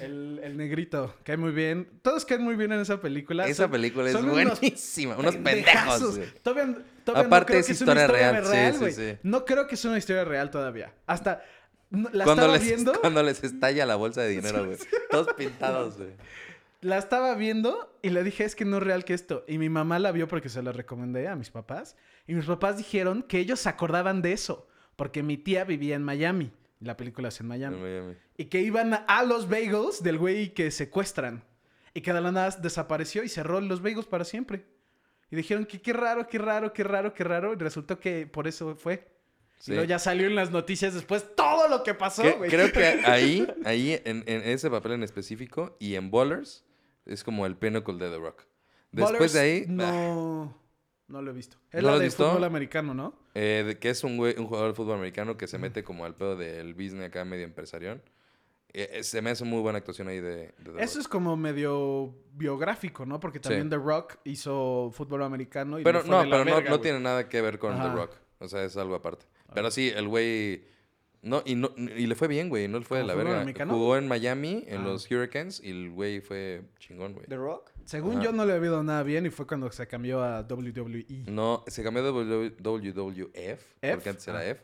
[SPEAKER 2] El, el negrito. Cae muy bien. Todos caen muy bien en esa película.
[SPEAKER 1] Esa
[SPEAKER 2] Son-
[SPEAKER 1] película es
[SPEAKER 2] son unos
[SPEAKER 1] buenísima. Unos
[SPEAKER 2] pendejazos.
[SPEAKER 1] pendejos, güey.
[SPEAKER 2] Todavía, todavía
[SPEAKER 1] Aparte
[SPEAKER 2] creo
[SPEAKER 1] es
[SPEAKER 2] que
[SPEAKER 1] historia
[SPEAKER 2] una
[SPEAKER 1] real, sí, sí,
[SPEAKER 2] güey.
[SPEAKER 1] sí.
[SPEAKER 2] No creo que sea una historia real todavía. Hasta no, la
[SPEAKER 1] Cuando
[SPEAKER 2] estaba
[SPEAKER 1] les,
[SPEAKER 2] viendo,
[SPEAKER 1] cuando les estalla la bolsa de dinero, güey. Todos pintados, güey.
[SPEAKER 2] la estaba viendo y le dije, es que no es real que esto. Y mi mamá la vio porque se la recomendé a mis papás. Y mis papás dijeron que ellos se acordaban de eso. Porque mi tía vivía en Miami. y La película es en Miami.
[SPEAKER 1] En Miami.
[SPEAKER 2] Y que iban a- a los bagels del güey que secuestran. Y que de la nada desapareció y cerró los bagels para siempre. Y dijeron que qué raro, qué raro, qué raro, qué raro. Y resultó que por eso fue.
[SPEAKER 1] Sí.
[SPEAKER 2] Y luego ya salió en las noticias después todo lo que pasó,
[SPEAKER 1] Que-
[SPEAKER 2] güey.
[SPEAKER 1] creo que ahí, ahí en, en ese papel en específico y en Ballers, es como el pinnacle de The Rock. Después
[SPEAKER 2] Ballers,
[SPEAKER 1] de ahí, ah,
[SPEAKER 2] No, no lo he visto. Es
[SPEAKER 1] ¿No
[SPEAKER 2] la
[SPEAKER 1] lo has
[SPEAKER 2] de
[SPEAKER 1] visto?
[SPEAKER 2] fútbol americano, ¿no?
[SPEAKER 1] eh, de- que es un, güey- un jugador de fútbol americano que se
[SPEAKER 2] Mm.
[SPEAKER 1] mete como al pedo del business acá medio empresarión. Eh, eh, se me hace muy buena actuación ahí de, de The
[SPEAKER 2] Eso es como medio biográfico, ¿no? Porque también
[SPEAKER 1] Sí.
[SPEAKER 2] The Rock hizo fútbol americano. Y
[SPEAKER 1] Pero
[SPEAKER 2] le fue
[SPEAKER 1] no,
[SPEAKER 2] de la
[SPEAKER 1] pero no,
[SPEAKER 2] verga,
[SPEAKER 1] no
[SPEAKER 2] güey.
[SPEAKER 1] tiene nada que ver con
[SPEAKER 2] Ajá.
[SPEAKER 1] The Rock. O sea, es algo aparte. Pero sí, el güey. No, y no, y le fue bien, güey. No le fue de
[SPEAKER 2] ¿Como
[SPEAKER 1] la
[SPEAKER 2] fútbol
[SPEAKER 1] verga.
[SPEAKER 2] americano?
[SPEAKER 1] Jugó en Miami, en
[SPEAKER 2] Ah.
[SPEAKER 1] los Hurricanes, y el güey fue chingón, güey.
[SPEAKER 3] ¿The Rock?
[SPEAKER 2] Según
[SPEAKER 1] Ajá.
[SPEAKER 2] yo no le había dado nada bien y fue cuando se cambió a E. WWE.
[SPEAKER 1] No, se cambió de WWF,
[SPEAKER 2] ¿F?
[SPEAKER 1] porque antes era
[SPEAKER 2] Ah.
[SPEAKER 1] F,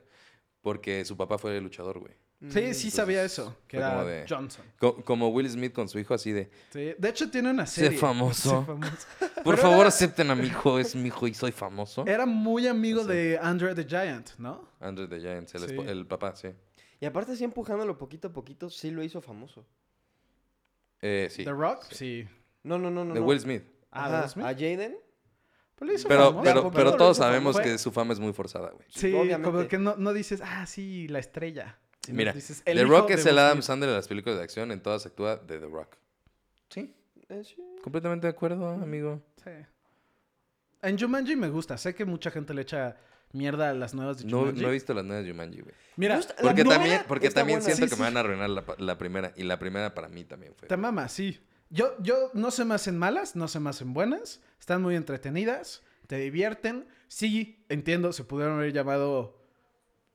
[SPEAKER 1] porque su papá fue luchador, güey.
[SPEAKER 2] Sí,
[SPEAKER 3] Mm.
[SPEAKER 2] sí
[SPEAKER 1] Entonces,
[SPEAKER 2] sabía eso, que
[SPEAKER 1] fue
[SPEAKER 2] era
[SPEAKER 1] como de-
[SPEAKER 2] Johnson.
[SPEAKER 1] Co- como Will Smith con su hijo, así de.
[SPEAKER 2] Sí, De hecho, tiene una
[SPEAKER 1] Sé
[SPEAKER 2] serie. Sí,
[SPEAKER 1] famoso.
[SPEAKER 2] famoso.
[SPEAKER 1] Por
[SPEAKER 2] Pero
[SPEAKER 1] favor,
[SPEAKER 2] era-
[SPEAKER 1] acepten a mi hijo, es mi hijo y soy famoso.
[SPEAKER 2] Era muy amigo
[SPEAKER 1] Sí.
[SPEAKER 2] de Andre the Giant, ¿no?
[SPEAKER 1] Andrew the Giant, el, esp-
[SPEAKER 2] Sí.
[SPEAKER 1] el papá, sí.
[SPEAKER 3] Y aparte, así empujándolo poquito a poquito, sí lo hizo famoso.
[SPEAKER 1] Eh, sí.
[SPEAKER 2] The Rock, sí.
[SPEAKER 3] No, no, no, no.
[SPEAKER 1] De
[SPEAKER 3] no.
[SPEAKER 1] Will Smith.
[SPEAKER 2] Ah,
[SPEAKER 3] Ajá,
[SPEAKER 2] ¿de Will Smith?
[SPEAKER 3] A Jaden.
[SPEAKER 2] Pero, lo hizo
[SPEAKER 1] Pero,
[SPEAKER 2] famoso.
[SPEAKER 1] pero,
[SPEAKER 3] poco,
[SPEAKER 1] pero
[SPEAKER 3] ¿no?
[SPEAKER 1] todos
[SPEAKER 3] Eso
[SPEAKER 1] sabemos
[SPEAKER 3] fue-
[SPEAKER 1] que su fama es muy forzada, güey.
[SPEAKER 2] Sí,
[SPEAKER 3] Obviamente.
[SPEAKER 2] como que no, no dices, ah, sí, la estrella. sino
[SPEAKER 1] Mira,
[SPEAKER 2] dices,
[SPEAKER 1] The
[SPEAKER 2] hijo
[SPEAKER 1] Rock
[SPEAKER 2] de
[SPEAKER 1] es
[SPEAKER 2] Will
[SPEAKER 1] el Adam
[SPEAKER 2] Smith.
[SPEAKER 1] Sandler de las películas de acción, en todas actúa de The Rock. Sí,
[SPEAKER 3] Eh, sí.
[SPEAKER 1] completamente de acuerdo, amigo.
[SPEAKER 2] Sí. En Jumanji me gusta. Sé que mucha gente le echa mierda a las nuevas de
[SPEAKER 1] No,
[SPEAKER 2] Jumanji.
[SPEAKER 1] no he visto las nuevas Jumanji, güey.
[SPEAKER 2] Mira,
[SPEAKER 3] Justa-
[SPEAKER 1] Porque
[SPEAKER 3] nueva
[SPEAKER 1] también, porque
[SPEAKER 3] está
[SPEAKER 1] también
[SPEAKER 3] buena.
[SPEAKER 1] siento
[SPEAKER 2] Sí,
[SPEAKER 1] que
[SPEAKER 2] sí,
[SPEAKER 1] me van a arruinar la, pa- la primera. Y la primera para mí también fue.
[SPEAKER 2] Te mama, sí. Yo, yo no se me hacen malas, no se me hacen buenas. Están muy entretenidas, te divierten. Sí, entiendo, se pudieron haber llamado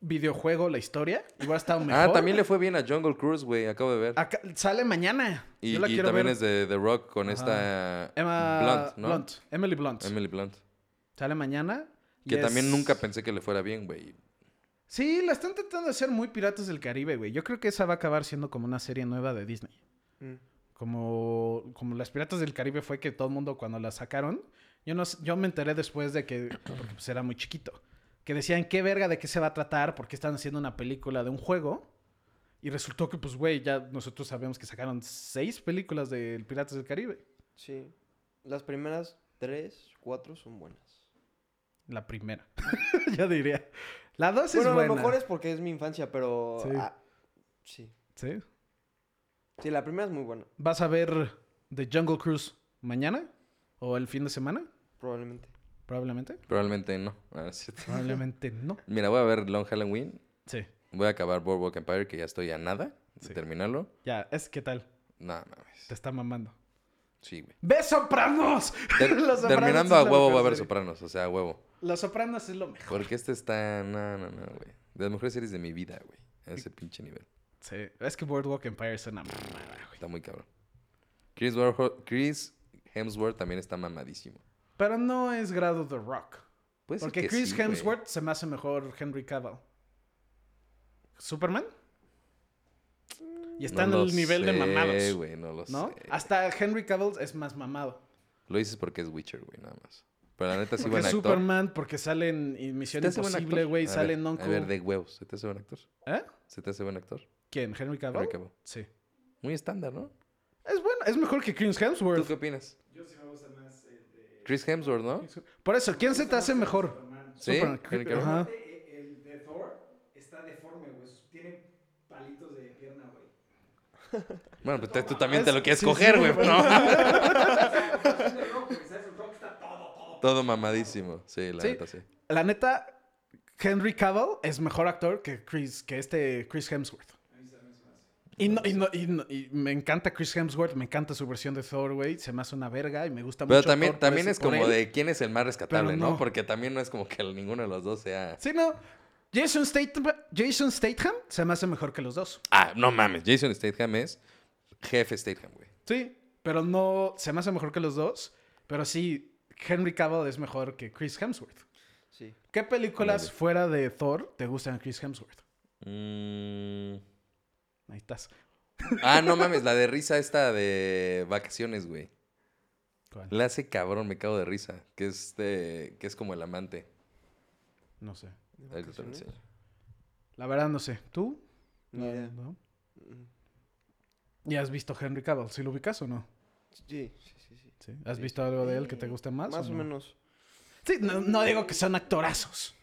[SPEAKER 2] videojuego la historia. Igual estaba mejor.
[SPEAKER 1] Ah, también le fue bien a Jungle Cruise, güey. Acabo de ver.
[SPEAKER 2] Acá- sale mañana.
[SPEAKER 1] y
[SPEAKER 2] yo la
[SPEAKER 1] y
[SPEAKER 2] quiero
[SPEAKER 1] también
[SPEAKER 2] ver.
[SPEAKER 1] es de The Rock con
[SPEAKER 2] Ajá.
[SPEAKER 1] esta
[SPEAKER 2] Emma
[SPEAKER 1] Blunt, ¿no?
[SPEAKER 2] Emily Blunt.
[SPEAKER 1] Emily Blunt.
[SPEAKER 2] Sale mañana. y
[SPEAKER 1] Que
[SPEAKER 2] es-
[SPEAKER 1] también nunca pensé que le fuera bien, güey.
[SPEAKER 2] Sí, la están tratando de hacer muy Piratas del Caribe, güey. Yo creo que esa va a acabar siendo como una serie nueva de Disney.
[SPEAKER 3] Mm.
[SPEAKER 2] Como, como las Piratas del Caribe fue que todo el mundo cuando la sacaron, yo no sé- yo me enteré después de que porque pues era muy chiquito, que decían qué verga de qué se va a tratar porque están haciendo una película de un juego y resultó que pues güey, ya nosotros sabíamos que sacaron seis películas de Piratas del Caribe.
[SPEAKER 3] Sí. Las primeras tres, cuatro son buenas.
[SPEAKER 2] La primera. yo diría. La dos
[SPEAKER 3] bueno,
[SPEAKER 2] es
[SPEAKER 3] a
[SPEAKER 2] buena.
[SPEAKER 3] lo mejor es porque es mi infancia, pero.
[SPEAKER 2] Sí.
[SPEAKER 3] ah, sí.
[SPEAKER 2] ¿Sí?
[SPEAKER 3] Sí, la primera es muy buena,
[SPEAKER 2] ¿Vas a ver The Jungle Cruise mañana o el fin de semana?
[SPEAKER 3] probablemente.
[SPEAKER 2] Probablemente.
[SPEAKER 1] Probablemente no. Ah, no es cierto.
[SPEAKER 2] Probablemente no.
[SPEAKER 1] Mira, voy a ver Long Halloween.
[SPEAKER 2] Sí.
[SPEAKER 1] Voy a acabar Boardwalk Empire, que ya estoy a nada de
[SPEAKER 2] Sí.
[SPEAKER 1] terminarlo.
[SPEAKER 2] Ya, es que tal.
[SPEAKER 1] No mames.
[SPEAKER 2] Te está mamando.
[SPEAKER 1] Sí, güey.
[SPEAKER 2] ¡Ve Sopranos!
[SPEAKER 1] Ter-
[SPEAKER 2] Los Sopranos
[SPEAKER 1] terminando
[SPEAKER 2] es
[SPEAKER 1] a
[SPEAKER 2] la
[SPEAKER 1] huevo
[SPEAKER 2] mejor
[SPEAKER 1] va a haber
[SPEAKER 2] serie.
[SPEAKER 1] Sopranos, o sea, a huevo.
[SPEAKER 2] Los Sopranos es lo mejor.
[SPEAKER 1] Porque este está. No, no, no, güey. De las mejores series de mi vida, güey. A ese pinche nivel.
[SPEAKER 2] Sí. Es que Boardwalk Empire es una mamada, güey.
[SPEAKER 1] Está muy cabrón. Chris, Warho- Chris Hemsworth también está mamadísimo.
[SPEAKER 2] Pero no es grado The Rock.
[SPEAKER 1] Puede ser
[SPEAKER 2] Porque
[SPEAKER 1] que
[SPEAKER 2] Chris
[SPEAKER 1] sí, güey.
[SPEAKER 2] Hemsworth se me hace mejor Henry Cavill. ¿Superman? Y está
[SPEAKER 1] No
[SPEAKER 2] en
[SPEAKER 1] lo
[SPEAKER 2] el nivel de
[SPEAKER 1] sé,
[SPEAKER 2] mamados.
[SPEAKER 1] güey, no lo
[SPEAKER 2] ¿No?
[SPEAKER 1] sé.
[SPEAKER 2] Hasta Henry Cavill es más mamado.
[SPEAKER 1] Lo dices porque es Witcher, güey, nada más. Pero la neta sí
[SPEAKER 2] Porque
[SPEAKER 1] buen actor.
[SPEAKER 2] Superman, porque sale en
[SPEAKER 1] ¿Se
[SPEAKER 2] Misión
[SPEAKER 1] te hace buen
[SPEAKER 2] Imposible,
[SPEAKER 1] actor?
[SPEAKER 2] güey,
[SPEAKER 1] A
[SPEAKER 2] sale
[SPEAKER 1] ver,
[SPEAKER 2] en Uncle.
[SPEAKER 1] A ver, de huevos. ¿Se te hace buen actor?
[SPEAKER 2] ¿Eh?
[SPEAKER 1] ¿Se te hace buen actor?
[SPEAKER 2] ¿Quién? ¿Henry Cavill?
[SPEAKER 1] Henry Cavill.
[SPEAKER 2] Sí.
[SPEAKER 1] Muy estándar, ¿no?
[SPEAKER 2] Es bueno, es mejor que Chris
[SPEAKER 1] ¿Tú
[SPEAKER 2] Hemsworth.
[SPEAKER 1] qué opinas? Yo sí me gusta más el de... Chris Hemsworth, ¿no?
[SPEAKER 2] Por eso, ¿quién se te hace mejor?
[SPEAKER 1] Sí,
[SPEAKER 2] Superman.
[SPEAKER 1] Henry Cavill.
[SPEAKER 2] Ajá.
[SPEAKER 4] Aparte, El de Thor está deforme, güey. Tiene palitos de pierna, güey.
[SPEAKER 1] Bueno, pues te- tú también te
[SPEAKER 2] Es-
[SPEAKER 1] lo quieres
[SPEAKER 2] Ah, sí,
[SPEAKER 1] coger,
[SPEAKER 2] sí,
[SPEAKER 1] güey,
[SPEAKER 2] güey.
[SPEAKER 1] ¿no?
[SPEAKER 4] Es de rock, güey. ¿Sabes? El rock está todo, todo.
[SPEAKER 1] Todo mamadísimo. Sí, la
[SPEAKER 2] Sí.
[SPEAKER 1] neta, sí.
[SPEAKER 2] La neta, Henry Cavill es mejor actor que Chris, que este Chris Hemsworth. Y, no- y no- y no- y me encanta Chris Hemsworth, me encanta su versión de Thor, güey. Se me hace una verga y me gusta
[SPEAKER 1] Pero
[SPEAKER 2] mucho.
[SPEAKER 1] también,
[SPEAKER 2] Thor por
[SPEAKER 1] también
[SPEAKER 2] ese-
[SPEAKER 1] es
[SPEAKER 2] por
[SPEAKER 1] como
[SPEAKER 2] él.
[SPEAKER 1] de quién es el más rescatable,
[SPEAKER 2] Pero no.
[SPEAKER 1] ¿no? Porque también no es como que ninguno de los dos sea...
[SPEAKER 2] Sí, no. Jason Statham, Jason Statham se me hace mejor que los dos.
[SPEAKER 1] Ah, no mames. Jason Statham es jefe Statham, güey.
[SPEAKER 2] Sí, pero no. Se me hace mejor que los dos. Pero sí, Henry Cavill es mejor que Chris Hemsworth.
[SPEAKER 3] Sí.
[SPEAKER 2] ¿Qué películas
[SPEAKER 1] Órale.
[SPEAKER 2] fuera de Thor te gustan de Chris Hemsworth?
[SPEAKER 1] Mm.
[SPEAKER 2] Ahí estás.
[SPEAKER 1] Ah, no mames. La de risa esta de vacaciones, güey.
[SPEAKER 2] ¿Cuál?
[SPEAKER 1] La hace cabrón, me cago de risa. Que es, de- que es como el amante.
[SPEAKER 2] No sé.
[SPEAKER 1] Ahí te lo enseño.
[SPEAKER 2] La verdad no sé. ¿Tú?
[SPEAKER 3] Ni idea.
[SPEAKER 2] ¿No?
[SPEAKER 3] Mm.
[SPEAKER 2] ¿Ya has visto Henry Cavill? ¿Sí lo ubicas o no?
[SPEAKER 3] Sí, sí, sí. sí.
[SPEAKER 2] Sí. ¿Has visto algo de él que te guste más?
[SPEAKER 3] Eh, Más, o
[SPEAKER 2] no?
[SPEAKER 3] menos.
[SPEAKER 2] Sí, no, no digo que son actorazos,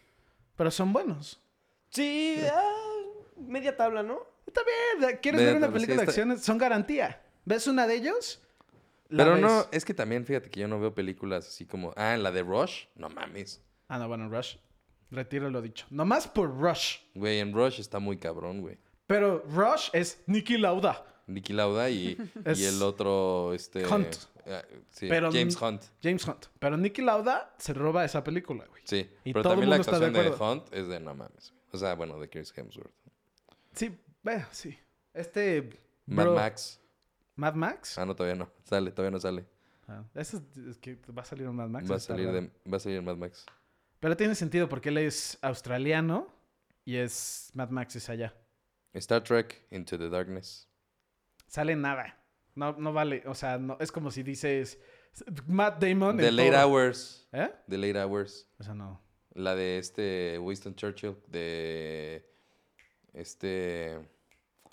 [SPEAKER 2] pero son buenos.
[SPEAKER 3] Sí, ah, media tabla, ¿no?
[SPEAKER 2] Está bien, de- ¿quieres
[SPEAKER 1] Ve,
[SPEAKER 2] ver una
[SPEAKER 1] pero sí
[SPEAKER 2] película de
[SPEAKER 1] está-
[SPEAKER 2] acciones? Son garantía. ¿Ves una de ellos? La
[SPEAKER 1] Pero no,
[SPEAKER 2] ves.
[SPEAKER 1] es que también fíjate que yo no veo películas así como. Ah, en la de Rush. No mames.
[SPEAKER 2] Ah, no, bueno, Rush. Retiro lo dicho. Nomás por Rush.
[SPEAKER 1] Güey, en Rush está muy cabrón, güey.
[SPEAKER 2] Pero Rush es Nicky Lauda.
[SPEAKER 1] Nicky Lauda y,
[SPEAKER 2] Es-
[SPEAKER 1] y el otro, este.
[SPEAKER 2] Hunt.
[SPEAKER 1] ah, sí,
[SPEAKER 2] Pero- mm,
[SPEAKER 1] James Hunt.
[SPEAKER 2] James Hunt. Pero Nicky Lauda se roba esa película, güey.
[SPEAKER 1] Sí.
[SPEAKER 2] Y
[SPEAKER 1] pero
[SPEAKER 2] todo el
[SPEAKER 1] también la
[SPEAKER 2] mundo está de
[SPEAKER 1] actuación de,
[SPEAKER 2] acuerdo.
[SPEAKER 1] Hunt es de no mames. O sea, bueno, de Chris Hemsworth.
[SPEAKER 2] Sí, bueno, sí. Este.
[SPEAKER 1] Mad
[SPEAKER 2] bro-
[SPEAKER 1] Max.
[SPEAKER 2] Mad Max.
[SPEAKER 1] Ah, no, todavía no. Sale, todavía no sale.
[SPEAKER 2] Ah, ese es, es que va a salir un Mad Max.
[SPEAKER 1] va, a
[SPEAKER 2] está
[SPEAKER 1] salir
[SPEAKER 2] raro.
[SPEAKER 1] de, va a salir en Mad Max.
[SPEAKER 2] Pero tiene sentido porque él es australiano y es Mad Max es allá.
[SPEAKER 1] Star Trek Into the Darkness.
[SPEAKER 2] Sale nada. No, no vale. O sea, no, es como si dices Matt Damon.
[SPEAKER 1] The
[SPEAKER 2] en
[SPEAKER 1] Late
[SPEAKER 2] todo.
[SPEAKER 1] Hours.
[SPEAKER 2] ¿Eh?
[SPEAKER 1] The Late Hours.
[SPEAKER 2] O sea, no.
[SPEAKER 1] La de este Winston Churchill. De. Este.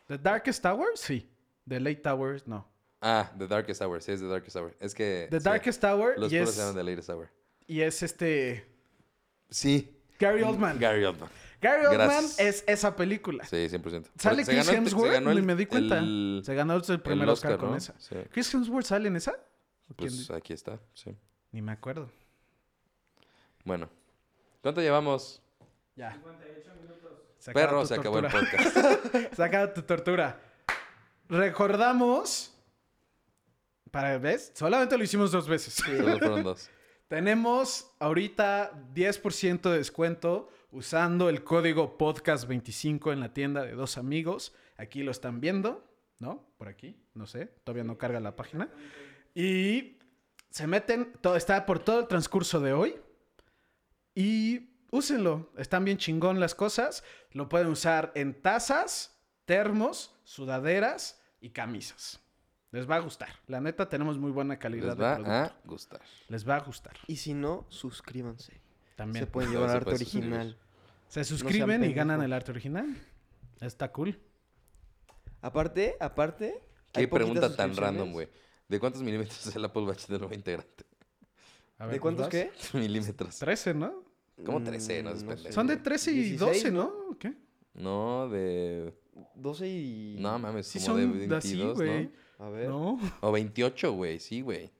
[SPEAKER 2] The Darkest Hour, sí. The Late Towers, no.
[SPEAKER 1] Ah, The Darkest Hour. Sí, es The Darkest Hour. Es que.
[SPEAKER 2] The
[SPEAKER 1] Eh, sí,
[SPEAKER 2] Darkest Hour
[SPEAKER 1] Los
[SPEAKER 2] y
[SPEAKER 1] puros
[SPEAKER 2] es,
[SPEAKER 1] se llaman The Latest Hour.
[SPEAKER 2] y es este.
[SPEAKER 1] Sí.
[SPEAKER 2] Gary Oldman.
[SPEAKER 1] Gary Oldman.
[SPEAKER 2] Gary Oldman
[SPEAKER 1] Mm, Gracias.
[SPEAKER 2] es esa película.
[SPEAKER 1] Sí, 100%. Porque
[SPEAKER 2] Sale
[SPEAKER 1] se
[SPEAKER 2] Chris
[SPEAKER 1] ganó el- se
[SPEAKER 2] Hemsworth,
[SPEAKER 1] ganó
[SPEAKER 2] ni
[SPEAKER 1] el-
[SPEAKER 2] me di cuenta.
[SPEAKER 1] el-
[SPEAKER 2] Se ganó el primer
[SPEAKER 1] el
[SPEAKER 2] Oscar, con
[SPEAKER 1] ¿no?
[SPEAKER 2] esa.
[SPEAKER 1] Sí.
[SPEAKER 2] ¿Chris Hemsworth sale en esa? ¿O quién
[SPEAKER 1] Pues
[SPEAKER 2] di-
[SPEAKER 1] aquí está, sí.
[SPEAKER 2] Ni me acuerdo.
[SPEAKER 1] Bueno. ¿Cuánto llevamos?
[SPEAKER 2] Ya. Se acaba
[SPEAKER 1] Perro,
[SPEAKER 2] tu
[SPEAKER 1] se acabó el
[SPEAKER 2] tortura.
[SPEAKER 1] podcast.
[SPEAKER 2] Se acaba tu tortura. Recordamos. Para, ¿ves? Solamente lo hicimos dos veces.
[SPEAKER 1] Solo fueron dos.
[SPEAKER 2] Tenemos ahorita 10% de descuento usando el código podcast25 en la tienda de dos amigos. Aquí lo están viendo, ¿no? Por aquí, no sé, todavía no carga la página. Y se meten, todo, está por todo el transcurso de hoy. Y úsenlo, están bien chingón las cosas. Lo pueden usar en tazas, termos, sudaderas y camisas. Les va a gustar. La neta, tenemos muy buena calidad
[SPEAKER 1] Les
[SPEAKER 2] de
[SPEAKER 1] va
[SPEAKER 2] producto.
[SPEAKER 1] a gustar.
[SPEAKER 2] Les va a gustar.
[SPEAKER 3] Y si no, suscríbanse.
[SPEAKER 2] También.
[SPEAKER 3] Se
[SPEAKER 2] Se,
[SPEAKER 3] pueden
[SPEAKER 1] Claro,
[SPEAKER 3] llevar
[SPEAKER 1] se
[SPEAKER 3] arte
[SPEAKER 1] puede suscribir.
[SPEAKER 3] original.
[SPEAKER 2] suscriben y
[SPEAKER 3] pendejos.
[SPEAKER 2] ganan el arte original. Está cool.
[SPEAKER 3] Aparte, aparte. hay
[SPEAKER 1] Qué
[SPEAKER 3] poquitas
[SPEAKER 1] pregunta tan random,
[SPEAKER 3] suscripciones.
[SPEAKER 1] güey. ¿De cuántos milímetros es el Apple Watch de nuevo integrante?
[SPEAKER 2] A ver,
[SPEAKER 3] ¿De cuántos
[SPEAKER 2] pues,
[SPEAKER 3] qué?
[SPEAKER 2] vas.
[SPEAKER 1] milímetros.
[SPEAKER 2] 13, ¿no?
[SPEAKER 1] Como 13, no es
[SPEAKER 3] Mm,
[SPEAKER 1] pendejo.
[SPEAKER 2] Son de 13 y
[SPEAKER 3] 16,
[SPEAKER 2] 12, ¿no? ¿O ¿Qué?
[SPEAKER 1] No, de...
[SPEAKER 3] 12 y.
[SPEAKER 1] No mames,
[SPEAKER 2] Sí,
[SPEAKER 1] como de
[SPEAKER 2] son de
[SPEAKER 1] 22,
[SPEAKER 2] así,
[SPEAKER 1] ¿no?
[SPEAKER 2] güey.
[SPEAKER 3] A ver.
[SPEAKER 2] No.
[SPEAKER 1] O 28, güey, sí, güey.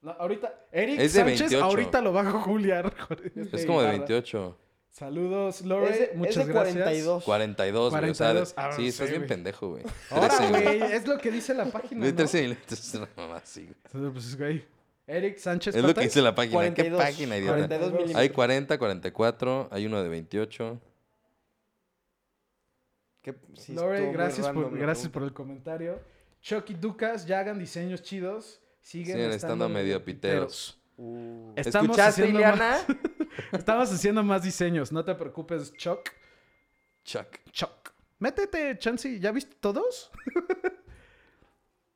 [SPEAKER 2] No, Ahorita, Eric
[SPEAKER 1] Es de
[SPEAKER 2] Sánchez
[SPEAKER 1] 28.
[SPEAKER 2] ahorita lo va a juliar. con
[SPEAKER 1] Es
[SPEAKER 2] este
[SPEAKER 1] como de
[SPEAKER 2] Ibarra.
[SPEAKER 1] 28.
[SPEAKER 2] Saludos, Lore.
[SPEAKER 3] Es de,
[SPEAKER 2] muchas
[SPEAKER 3] es de
[SPEAKER 2] gracias.
[SPEAKER 3] 42.
[SPEAKER 1] 42, güey. O sea,
[SPEAKER 2] 42, ah, no
[SPEAKER 1] sí,
[SPEAKER 2] sé,
[SPEAKER 1] estás bien
[SPEAKER 2] güey.
[SPEAKER 1] pendejo, güey.
[SPEAKER 2] Ahora,
[SPEAKER 1] 13,
[SPEAKER 2] güey, es lo que dice la página.
[SPEAKER 1] De
[SPEAKER 2] ¿no?
[SPEAKER 1] 13 milímetros es una mamá así, güey.
[SPEAKER 2] Entonces, pues, güey. Eric Sánchez.
[SPEAKER 1] Es lo que
[SPEAKER 2] ¿cuántas?
[SPEAKER 1] dice la página. ¿Qué
[SPEAKER 3] 42,
[SPEAKER 1] página, idiota?
[SPEAKER 3] 42 milímetros.
[SPEAKER 1] Hay 40, 44, hay uno de 28.
[SPEAKER 3] Que- sí, estuvo
[SPEAKER 2] Lore,
[SPEAKER 3] muy
[SPEAKER 2] gracias,
[SPEAKER 3] random
[SPEAKER 2] por,
[SPEAKER 3] la
[SPEAKER 2] gracias
[SPEAKER 3] pregunta.
[SPEAKER 2] por el comentario. Chucky Ducas, ya hagan diseños chidos. Siguen,
[SPEAKER 1] Siguen estando medio piteros.
[SPEAKER 3] Uh,
[SPEAKER 2] Estamos
[SPEAKER 1] ¿Escuchaste,
[SPEAKER 2] haciendo
[SPEAKER 1] Ileana?
[SPEAKER 2] Estamos haciendo más diseños, no te preocupes, Chuck.
[SPEAKER 1] Chuck.
[SPEAKER 2] Chuck. Métete, Chansey, ¿ya viste todos?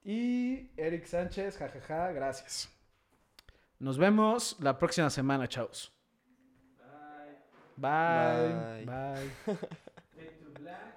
[SPEAKER 2] y Eric Sánchez, jajaja, gracias. Nos vemos la próxima semana, chavos. Bye. Bye. Bye.
[SPEAKER 4] Fade to black.